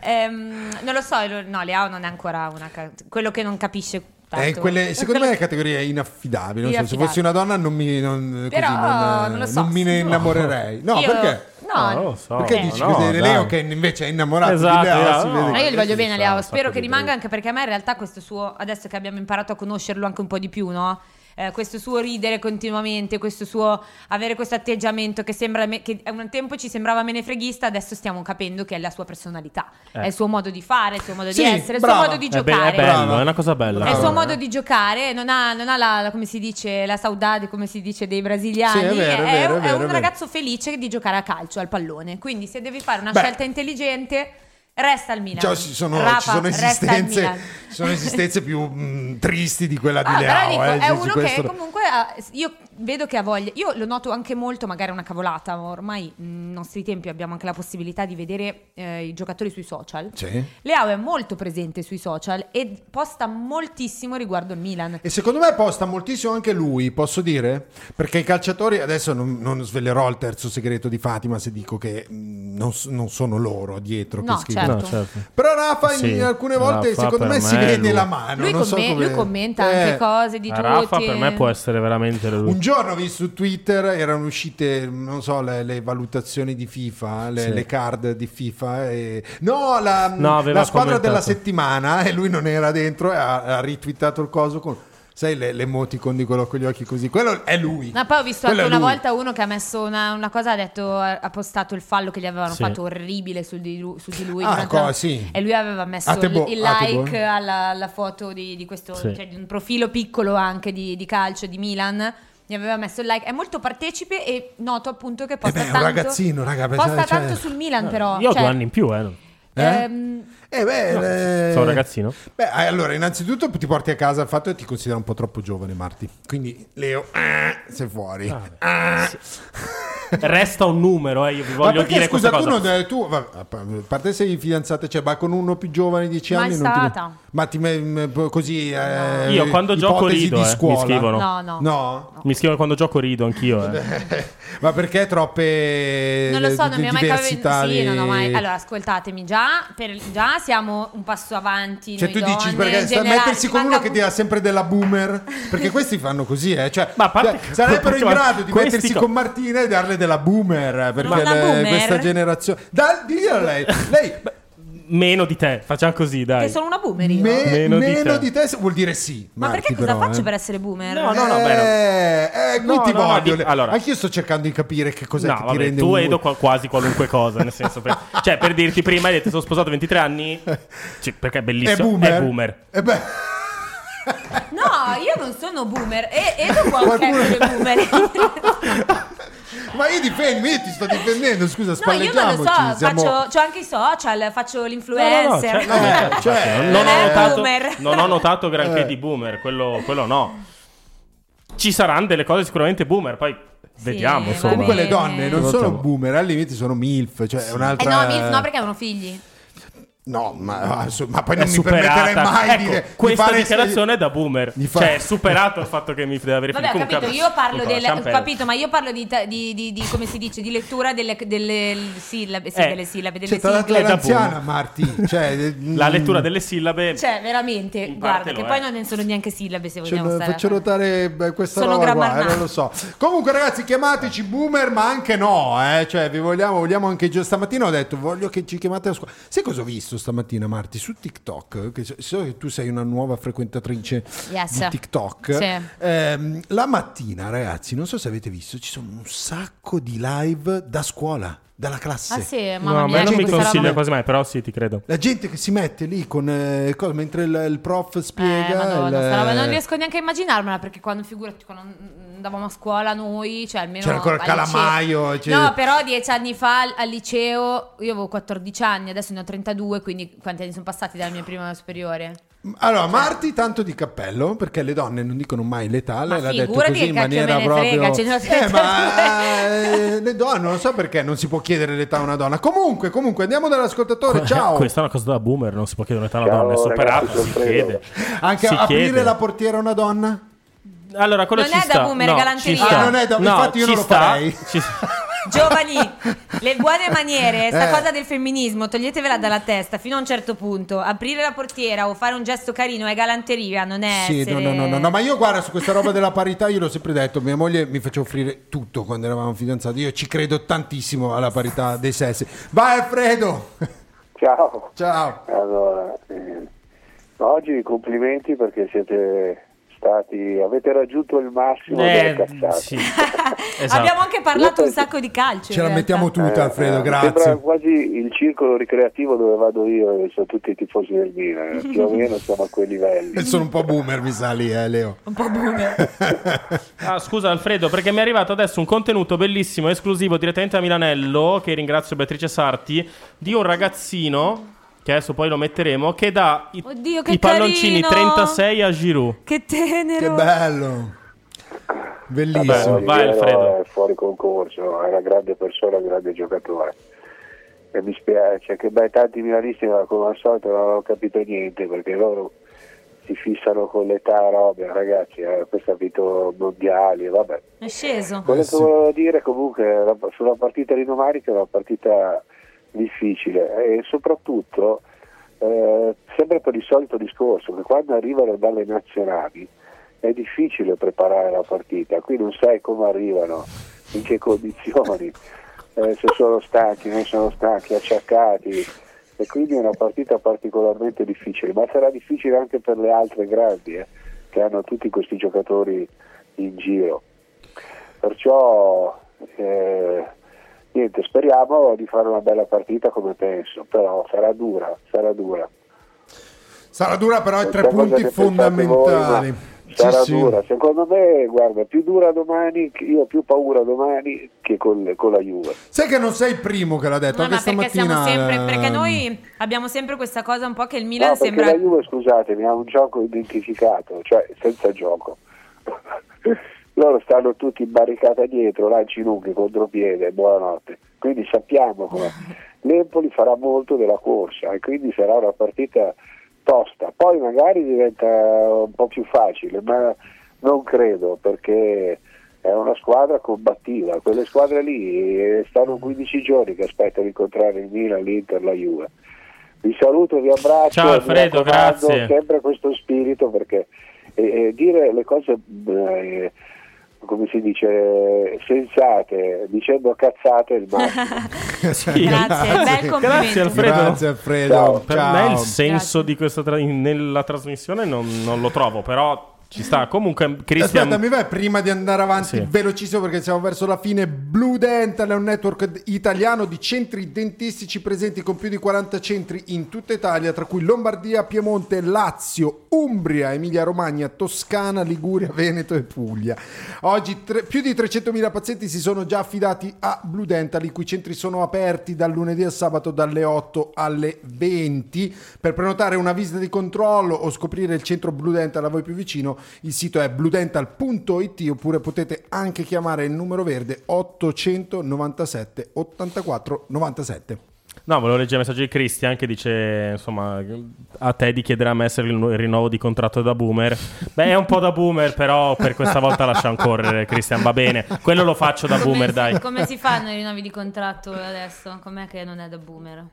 Ehm, non lo so, lo- no, Leao non è ancora una. ca- quello che non capisce tanto. Eh, quelle- secondo me è categoria inaffidabile. non so, se Inaffidabile. fossi una donna non mi, non, Però, così, non, non lo so, non mi ne no. innamorerei. No, Io- perché? Ah, Eh, No, non lo so. Perché dici no, così? dai. Leo che invece è innamorato Esatto, di Leo. Leo, si no. vede Ma che- io gli voglio bene, Leao. Spero sacco che di rimanga anche perché a me in realtà questo suo. Adesso che abbiamo imparato a conoscerlo anche un po' di più, no? Eh, questo suo ridere continuamente, questo suo avere questo atteggiamento che sembra me- che a un tempo ci sembrava menefreghista, adesso stiamo capendo che è la sua personalità, Eh. è il suo modo di fare, il suo modo Sì, di essere, il brava. suo modo di È, be- giocare. è bello, è una cosa bella. È il suo modo di giocare, non ha, non ha la, la- come si dice, la saudade, come si dice, dei brasiliani. Sì, è vero, è vero, un- è vero, è un vero. ragazzo felice di giocare a calcio, al pallone. Quindi se devi fare una Beh. scelta intelligente, resta al Milan. Cioè, ci sono, Rafa, ci sono resta al esistenze, Milan. ci sono esistenze più mh, tristi di quella di Ah, però Leao. dico, eh, è su- su uno questo- che comunque ha- io vedo che ha voglia. Io lo noto anche molto, magari è una cavolata. ma Ormai mh, nei nostri tempi abbiamo anche la possibilità di vedere eh, i giocatori sui social. Sì. Leao è molto presente sui social e posta moltissimo riguardo il Milan. E secondo me posta moltissimo anche lui, posso dire? Perché i calciatori, adesso non, non svelerò il terzo segreto di Fatima se dico che mh, non, s- non sono loro dietro No, che scrivono. certo. No, certo. Però Rafa in- Sì, in alcune volte Rafa secondo per me, si me vede lui- la mano. Lui, Ah, non so commen- come- lui commenta Eh, anche cose di tutti. Rafa per me può essere veramente lui. Un giorno ho visto su Twitter erano uscite, non so, le, le valutazioni di FIFA, le, Sì. le card di FIFA. e- No, la, No, aveva la squadra commentato. della settimana e lui non era dentro e ha, ha retweetato il coso con, sai, le, l'emoticon di quello con gli occhi così. Quello è lui. Ma poi ho visto Quello anche una è lui. volta uno che ha messo una, una cosa, ha detto, ha postato il fallo che gli avevano Sì. fatto orribile su di lui. su di lui Ah, durante co- la- sì. E lui aveva messo A te boh, il, il a te boh. like alla, alla foto di, di questo, Sì. cioè di un profilo piccolo anche di, di calcio di Milan. Gli aveva messo il like, è molto partecipe e noto appunto che posta Eh Beh, è un tanto. ragazzino, raga. Posta pensate, cioè- tanto sul Milan, Eh, però. Io ho cioè, due anni in più, eh. Eh? Ehm, Eh beh, no. eh, Sono un ragazzino. Beh, eh, allora, innanzitutto ti porti a casa il fatto che ti considera un po' troppo giovane, Marti. Quindi, Leo, eh, sei fuori. Ah. Resta un numero, eh, io vi voglio ma perché, dire questa scusa, tu, cosa. non, eh, tu vabbè, a parte sei fidanzata, cioè, ma con uno più giovane, 10 Mai anni, non stata. ti, ma ti me- così. eh, Io quando gioco ipotesi rido, di eh, mi scuola. scrivono. No, no. No? Mi scrivono quando gioco rido anch'io. Eh. Ma perché troppe Non lo so, non mi ha mai diversità capito. Sì, non ho mai. di- Allora, ascoltatemi, già, per- già siamo un passo avanti. Cioè, noi tu donne, dici perché in sta- generale, mettersi ci con uno manca che ti dà sempre della boomer? Perché questi fanno così, eh? Cioè, cioè, sarebbero in ma- grado di questi mettersi co- con Martina e darle della boomer. eh, Perché la le- boomer? questa generazione. Da, diglielo a lei. Lei Meno di te, facciamo così, dai. Che sono una boomer io. me- eh. meno, Meno di te. di, te. vuol dire sì. Ma perché cosa faccio per essere boomer? No, no, no, beh, Eh, eh, qui No, ti no, no, voglio. di- allora. Anche io sto cercando di capire che cos'è No, che ti vabbè, rende tu un- vedo qua- quasi qualunque cosa, nel senso, per- cioè per dirti prima hai detto sono sposato 23 anni, cioè, perché è bellissimo, È boomer? Eh E beh, No, io non sono boomer. E Edo qua che è Qualcuno- pure boomer. Ma io difendo, io ti sto difendendo. Scusa, No, io non spalleggiamoci. lo so, siamo- faccio, c'ho anche i social, faccio cioè, l'influencer. eh, cioè, non, eh, ho notato, boomer. non ho notato granché Eh. di boomer, quello, quello no. Ci saranno delle cose sicuramente boomer, poi vediamo. insomma. Comunque le donne non sono Facciamo. boomer, al limite sono MILF, cioè è Eh un'altra... no, Milf, no, perché hanno figli. No, ma, assu- ma poi È non mi superata. permetterei mai Ecco, di dire... di questa fare- dichiarazione è da boomer. Di fa- Cioè, è superato il fatto che mi deve avere Vabbè, ho figli. Comunque, capito, io parlo comunque, del lasciamo ho perdere. capito, ma io parlo di, ta- di, di- di- come si dice, di lettura delle, delle sillabe, sì, Eh, delle sillabe, delle Cioè, tra l'altro sigle. è l'anziana, Marti. Cioè, La mm, lettura delle sillabe. Cioè, veramente, guarda, parte che lo poi è. non ne sono neanche sillabe se cioè, vogliamo stare. faccio notare beh, questa Sono roba qua, eh, grammarnate. non lo so. Comunque, ragazzi, chiamateci boomer, ma anche no. Eh? Cioè, vi vogliamo, vogliamo anche gio- stamattina. Ho detto, voglio che ci chiamate a scuola. Sai cosa ho visto stamattina, Marti? Su TikTok, che so- so che tu sei una nuova frequentatrice Yes. di TikTok. Sì. Ehm, la mattina, ragazzi, non so se avete visto, ci sono un sacco di live da scuola, dalla classe. Ah sì, mamma No, a mia, me non che mi questa consiglia roba- quasi mai, però sì, ti credo. La gente che si mette lì con eh, cosa, mentre il, il prof Eh, spiega. madonna, il- sta roba non riesco neanche a immaginarmela perché quando figurati quando andavamo a scuola noi, cioè almeno C'era ancora il al calamaio. cioè. liceo- c'era- No, però dieci anni fa al, al liceo io avevo 14 anni, adesso ne ho 32, quindi quanti anni sono passati dalla mia prima superiore? Allora, Marti, tanto di cappello, perché le donne non dicono mai l'età. Lei l'ha detto figurati così che in cacchio maniera me ne proprio. frega, cioè, ce ne ho eh, ma eh, le donne, non so perché non si può chiedere l'età a una donna. Comunque, comunque, andiamo dall'ascoltatore. Ciao. Eh, Questa è una cosa da boomer, non si può chiedere un'età alla Ciao, donna, è superata, ragazzi, si sono chiede. Anche si aprire chiede. la portiera a una donna? Allora, quello Non ci è da sta. boomer, no, galanteria. ci sta. Ah, non è da- No, infatti io ci non lo sta. farei. Ci sta. Giovani, le buone maniere, sta Eh. cosa del femminismo, toglietevela dalla testa fino a un certo punto. Aprire la portiera o fare un gesto carino è galanteria, non è Sì, no, Eh, essere... no, no, no, no, ma io guarda su questa roba della parità, io l'ho sempre detto, mia moglie mi faceva offrire tutto quando eravamo fidanzati, io ci credo tantissimo alla parità dei sessi. Vai Alfredo! Ciao. Ciao. Allora, eh, oggi complimenti perché siete stati, avete raggiunto il massimo Eh, delle cazzate. Esatto. Abbiamo anche parlato un sacco di calcio. in realtà. tutta, Alfredo, mi grazie. Eh, Sembra quasi il circolo ricreativo dove vado io, e sono tutti i tifosi del Milan, eh. più o meno siamo a quei livelli. E Eh, sono un po' boomer, mi sa lì, eh Leo. Un po' boomer. Ah, scusa Alfredo, perché mi è arrivato adesso un contenuto bellissimo, esclusivo direttamente a Milanello, che ringrazio Beatrice Sarti, di un ragazzino, che adesso poi lo metteremo, che dà i, Oddio, che i palloncini carino. 36 a Giroud. Che tenero. bello. Bellissimo. Vai, Alfredo. È fuori concorso, è una grande persona, un grande giocatore. E mi spiace che beh, tanti milanisti ma come al solito non hanno capito niente perché loro si fissano con l'età e robe, ragazzi, eh, questo ha vinto mondiali, vabbè. È sceso. Quello che volevo dire comunque la- sulla partita di domani che è una partita difficile e soprattutto eh, sempre per il solito discorso che quando arrivano dalle nazionali è difficile preparare la partita, qui non sai come arrivano, in che condizioni, eh, se sono stanchi, non sono stanchi, acciaccati e quindi è una partita particolarmente difficile, ma sarà difficile anche per le altre grandi eh, che hanno tutti questi giocatori in giro. Perciò eh, niente, speriamo di fare una bella partita come penso, però sarà dura, sarà dura. Sarà dura però i tre Sai cosa ne punti pensate voi, fondamentali. ma Sarà sì. dura, secondo me, guarda, più dura domani, io ho più paura domani che con, con la Juve. Sai che non sei il primo che l'ha detto, No, anche ma perché stamattina. siamo sempre. eh, Perché noi abbiamo sempre questa cosa un po' che il Milan No, perché sembra. la Juve, scusatemi, ha un gioco identificato, cioè senza gioco. Loro stanno tutti in barricata dietro, lanci lunghi, contropiede, buonanotte. Quindi sappiamo come. L'Empoli farà molto della corsa e quindi sarà una partita tosta. Poi magari diventa un po' più facile, ma non credo perché è una squadra combattiva. Quelle squadre lì eh, stanno 15 giorni che aspettano di incontrare il Milan, l'Inter, la Juve. Vi saluto, vi abbraccio. Ciao, mi Alfredo, raccomando, grazie. Sempre questo spirito perché eh, eh, dire le cose, eh, come si dice, eh, sensate, dicendo cazzate è il massimo. Grazie, bel complimento. Grazie Alfredo. Grazie, Alfredo. Ciao. Per Ciao. me il senso di questa tra- in- nella trasmissione non, non lo trovo, però ci sta. Comunque Cristian Aspetta, mi vai prima di andare avanti Sì. velocissimo perché siamo verso la fine. Blue Dental è un network d- italiano di centri dentistici presenti con più di 40 centri in tutta Italia, tra cui Lombardia, Piemonte, Lazio, Umbria, Emilia-Romagna, Toscana, Liguria, Veneto e Puglia. Oggi tre- più di 300.000 pazienti si sono già affidati a Blue Dental, i cui centri sono aperti dal lunedì al sabato dalle 8 alle 20. Per prenotare una visita di controllo o scoprire il centro Blue Dental a voi più vicino, il sito è bludental.it oppure potete anche chiamare il numero verde 897 84 97. No, volevo leggere il messaggio di Cristian che dice, insomma, a te di chiedere a me se il nu- il rinnovo di contratto è da boomer. Beh, è un po' da boomer, però per questa volta lasciamo correre, Cristian, va bene. Quello lo faccio da boomer, dai. Come si fanno i rinnovi di contratto adesso? Com'è che non è da boomer?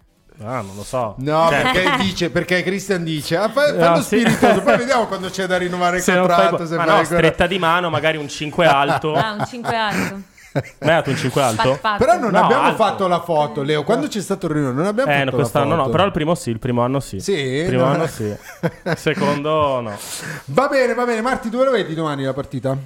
Ah, non lo so. No, Cioè- perché dice, perché Christian dice, ah, fai, No, fallo sì. spiritoso, poi vediamo quando c'è da rinnovare il Se non fai- contratto. se ma fai no, ancora- stretta di mano, magari un 5 alto. Ah, un 5 alto. Mi hai dato un 5 alto? Spaccato. Però non No, abbiamo alto. fatto la Eh, foto, Leo. Quando c'è stato il riunione non abbiamo Eh, fatto no, quest'anno la foto. no, però il primo sì, il primo anno sì. Sì? Ah, Il primo No. anno sì. Il secondo no. Va bene, va bene. Marti, dove lo vedi domani la partita?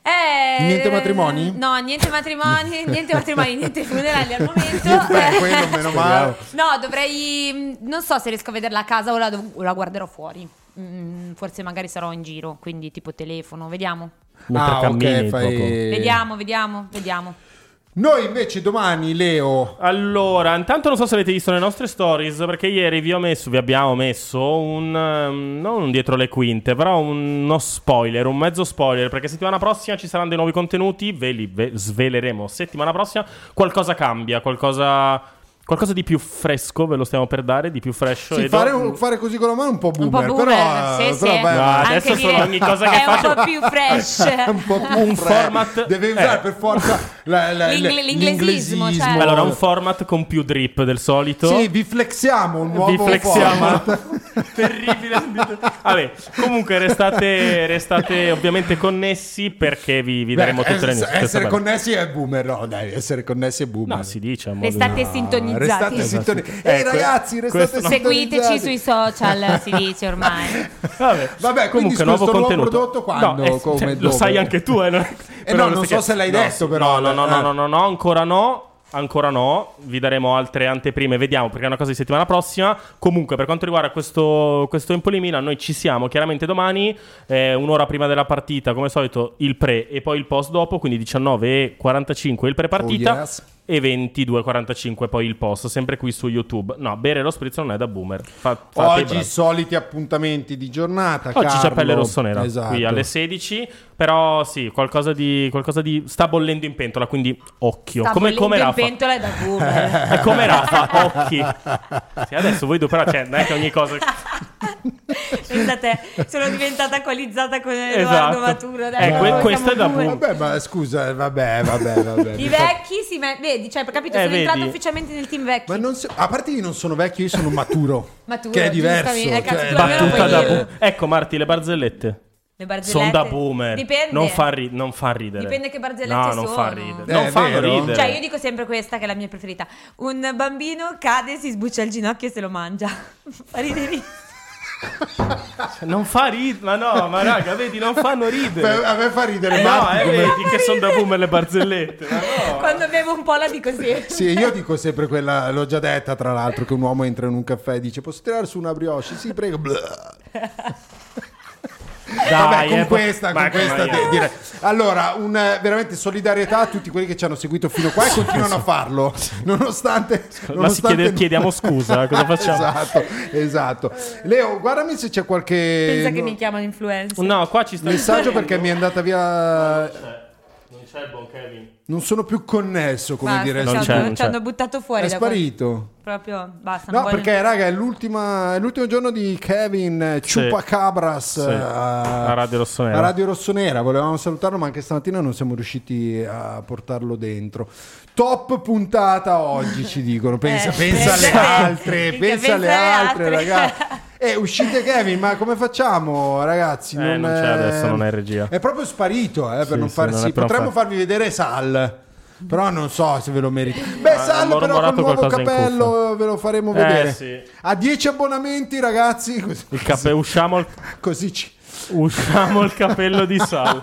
Eh, Niente matrimoni? No, niente matrimoni, niente matrimoni, niente funerali al momento. Beh, quello meno male. No, dovrei. mm, Non so se riesco a vederla a casa o la, dov- o la guarderò fuori. Mm, forse magari sarò in giro, quindi tipo telefono, vediamo. Mentre Ah, ok, cammini fai- proprio. Vediamo, vediamo, vediamo. Noi invece domani, Leo. Allora, intanto non so se avete visto le nostre stories, perché ieri vi ho messo, vi abbiamo messo un ehm, non un dietro le quinte, però un- uno spoiler, un mezzo spoiler, perché settimana prossima ci saranno dei nuovi contenuti, ve li ve- sveleremo. Settimana prossima qualcosa cambia, qualcosa qualcosa di più fresco ve lo stiamo per dare, di più fresh Sì, fare, un- fare così con la mano è un po' Un po' boomer, boomer, però, eh, sì, sì. però beh, No, anche adesso dire- sono ogni cosa che è faccio un po' più fresh. un po' più Un fre- format- Devi eh. usare per forza la- la- L'ingle- la- l'inglesismo, cioè. Allora, un format con più drip del solito. Sì, vi flexiamo un nuovo Vi flexiamo. format. Vabbè, comunque restate, restate ovviamente connessi perché vi, vi daremo Beh, tutte le es- news. Essere Questa parte. connessi è boomer, no, dai, essere connessi è boomer. No, si dice. a modo Restate di- sintonizzati. Esatto, restate sintonizzati. Ehi, Ecco, ragazzi, restate questo- Seguiteci sui social, si dice ormai. Vabbè, Vabbè, quindi comunque questo nuovo nuovo, contenuto. prodotto quando? No, eh, come, cioè, lo dove? sai anche tu, eh, non, Eh no, non so se l'hai detto, però. No, no, no, Eh. no, no, no, ancora no. Ancora no, vi daremo altre anteprime, vediamo perché è una cosa di settimana prossima. Comunque, per quanto riguarda questo, questo Empoli Milan, noi ci siamo chiaramente domani, eh, un'ora prima della partita, come al solito, il pre e poi il post dopo, quindi 19.45 il pre partita Oh, yes. e 22.45 poi il post, sempre qui su YouTube. No, bere lo spritz non è da boomer. Fa- fate i Oggi bravi. i soliti appuntamenti di giornata. Oggi c'è Carlo. pelle rossonera Esatto. qui alle 16. Però sì, qualcosa di, qualcosa di. sta bollendo in pentola, quindi occhio. Sta come, come bollendo Rafa. in pentola e da boomer. È come Rafa, occhi. Sì, adesso voi due, però, cioè, non è che ogni cosa. Pensate, sono diventata coalizzata con Esatto. Edoardo Matura. dai, Eh, que- siamo questo è da due. bu- Vabbè, ma scusa, eh, vabbè, vabbè, vabbè. I vecchi si met- vedi, cioè, capito, Eh, sono entrato vedi. ufficialmente nel team vecchi. Ma non so- a parte io non sono vecchio, io sono maturo. Maturo, che è diverso. giustamente. Eh, cazzo, cioè, tu almeno Battuta puoi da dirlo. bu- ecco, Marti, le barzellette. Le barzellette? Sono da boomer. Dipende. Non fa, ri- non fa ridere. Dipende che barzellette no, sono. non fa ridere. Eh, non è fanno vero. ridere. Cioè, io dico sempre questa che è la mia preferita. Un bambino cade, si sbuccia il ginocchio e se lo mangia. Fa ridere. Non fa ridere. Ma no, ma raga, vedi, non fanno ridere. Beh, a me fa ridere, No, Marti, eh, come- vedi che sono da boomer le barzellette. ma Oh. no. Quando bevo un po' la dico sempre. Sì, io dico sempre quella, l'ho già detta tra l'altro, che un uomo entra in un caffè e dice posso tirare su una brioche? Sì, prego. Blah. Vabbè, con eh, po- questa, con ma- questa ma- de- direi. Allora, un, eh, veramente solidarietà a tutti quelli che ci hanno seguito fino qua e continuano a farlo, nonostante... Ma si chiede- nonostante- chiediamo scusa, cosa facciamo? esatto, esatto. Leo, guardami se c'è qualche... Pensa che no- mi chiamano influencer. No, qua ci sta Messaggio perché mi è andata via... Non c'è il buon Kevin. Non sono più connesso, come Basta, dire. cioè, ci hanno- ci hanno buttato fuori È da quel- sparito. Proprio basta. No, non voglio- perché raga, è, l'ultima- è l'ultimo giorno di Kevin eh, Chupacabras Sì. eh, A Radio Rossonera. a Radio Rossonera. Volevamo salutarlo, ma anche stamattina non siamo riusciti a portarlo dentro. Top puntata oggi, ci dicono. Pensa, Eh, pensa alle pensa- altre, minchia, pensa alle pensa alle altre, altre. raga. E uscite Kevin, ma come facciamo, ragazzi? Eh, non c'è adesso, non è in regia. È proprio sparito, eh, per Sì, non sì, farsi. non è proprio Potremmo far- farvi vedere Sal. Però non so se ve lo merito. Beh, Sal ho però col rumorato nuovo Ah, qualcosa in capello ve lo faremo Eh, vedere. sì. A 10 abbonamenti, ragazzi. Così, Il cape- usciamo, il- così ci- usciamo il capello di Sal.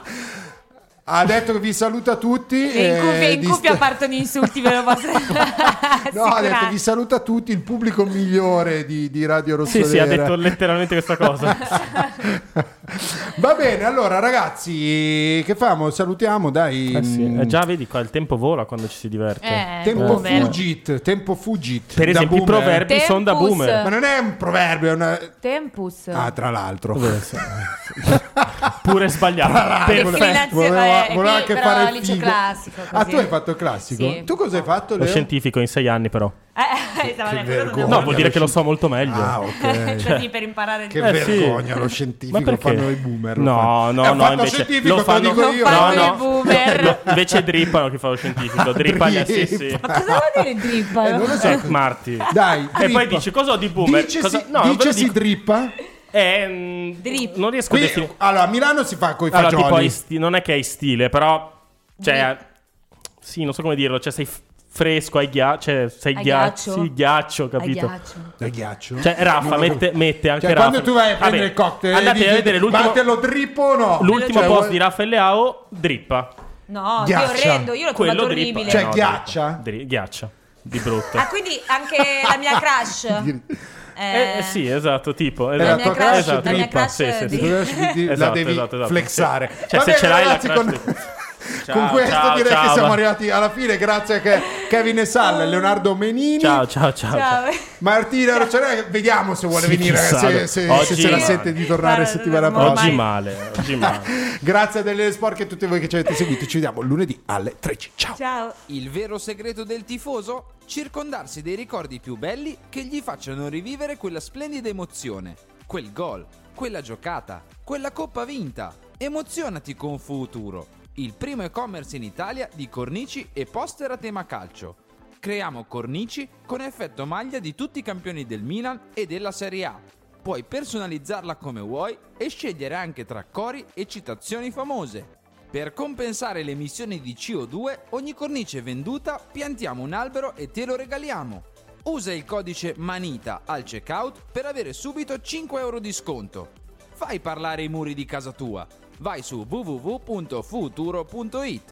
Ha detto che vi saluta tutti. E in cuffia, eh, in di cuffia sta- partono insulti, ve lo posso No, ha assicurare. detto vi saluta tutti, il pubblico migliore di, di Radio Sì, Rossonera. sì, ha detto letteralmente questa cosa. Va bene, allora ragazzi, che famo? Salutiamo, dai. Eh sì, Mm, eh, già vedi qua il tempo vola quando ci si diverte. tempo Eh. fugit, tempo fugit. Per Da esempio, i boomer. proverbi son da Tempus. boomer. Ma non è un proverbio, è una... Tempus. Ah, tra l'altro. Pure sbagliato. Finanzi- Perfetto. cioè, Voleva- eh, voleva qui anche però fare il liceo figo. classico. Ah, così. tu hai fatto il classico? Sì. Tu cosa hai fatto, Lo Leo? scientifico in sei anni, però. Eh, eh, stavo Che dicendo, non vergogna. No, vuol dire che lo so molto meglio. Cioè, Ah, ok. Così Cioè, per imparare il Che Eh, sì. vergogna, lo Ma scientifico perché? lo fanno i boomer. lo No, fanno. no, Eh, no, fanno invece scientifico, lo te fanno, dico io. no, No, no. no. boomer. Lo- invece drippano chi fa lo scientifico, drippa gli sì, sì. Ma cosa vuol dire drippalo? Eh, non lo so. Eh, Marti. Dai, E drippa. poi dice cosa ho di boomer? Dice Cosa- si- no, ve lo dice si dico. drippa? Eh, mm, non riesco a Qui- definire. allora, a Milano si fa coi Allora, fagioli. tipo, hai sti- non è che hai stile, però. Cioè, sì, non so come dirlo. Cioè, sei f- fresco, hai ghiaccio. Cioè, sei Hai ghiaccio. ghiaccio. Sì, ghiaccio, Hai capito? ghiaccio. Hai ghiaccio? Cioè, Raffa Non lo- mette, mette anche Cioè, Raffa. quando tu vai a Vabbè, prendere il cocktail, andate dici, a vedere l'ultimo, Ma te lo drippo o no? l'ultimo Cioè, post vuoi- di Raffaele Leao. Drippa. No, che Ghiaccia. orrendo, io l'ho trovato Quello drippa. orribile. Cioè, Eh, no, drippa. Dri- ghiaccia. Di brutto. Ah, quindi anche la mia crush. Eh, eh, sì, esatto, tipo. la Esatto, tua crush, esatto, drippa. drippa, Eh, La sì, tua sì, sì. crush, quindi la Esatto, devi esatto, esatto. flexare. Cioè, Va se bene, ce l'hai la ragazzi, crush, con- drippa. Con Ciao, questo ciao, direi che ciao, siamo va. arrivati alla fine. Grazie a Ke- Kevin e Sal, Leonardo Menini. Ciao, ciao, ciao. Ciao. Martina Rocciola, vediamo se vuole Sì, venire, chissà, se, se, oggi- se se la sente di tornare Guarda, settimana ormai- prossima. Oggi male, oggi male. Grazie a Delle Sporche e a tutti voi che ci avete seguito. Ci vediamo lunedì alle 13. Ciao. Ciao. Il vero segreto del tifoso? Circondarsi dei ricordi più belli che gli facciano rivivere quella splendida emozione, quel gol, quella giocata, quella coppa vinta. Emozionati con Futuro, il primo e-commerce in Italia di cornici e poster a tema calcio. Creiamo cornici con effetto maglia di tutti i campioni del Milan e della Serie A. Puoi personalizzarla come vuoi e scegliere anche tra cori e citazioni famose. Per compensare le emissioni di CO2, ogni cornice venduta piantiamo un albero e te lo regaliamo. Usa il codice MANITA al checkout per avere subito 5 euro di sconto. Fai parlare i muri di casa tua. Vai su www.futuro.it.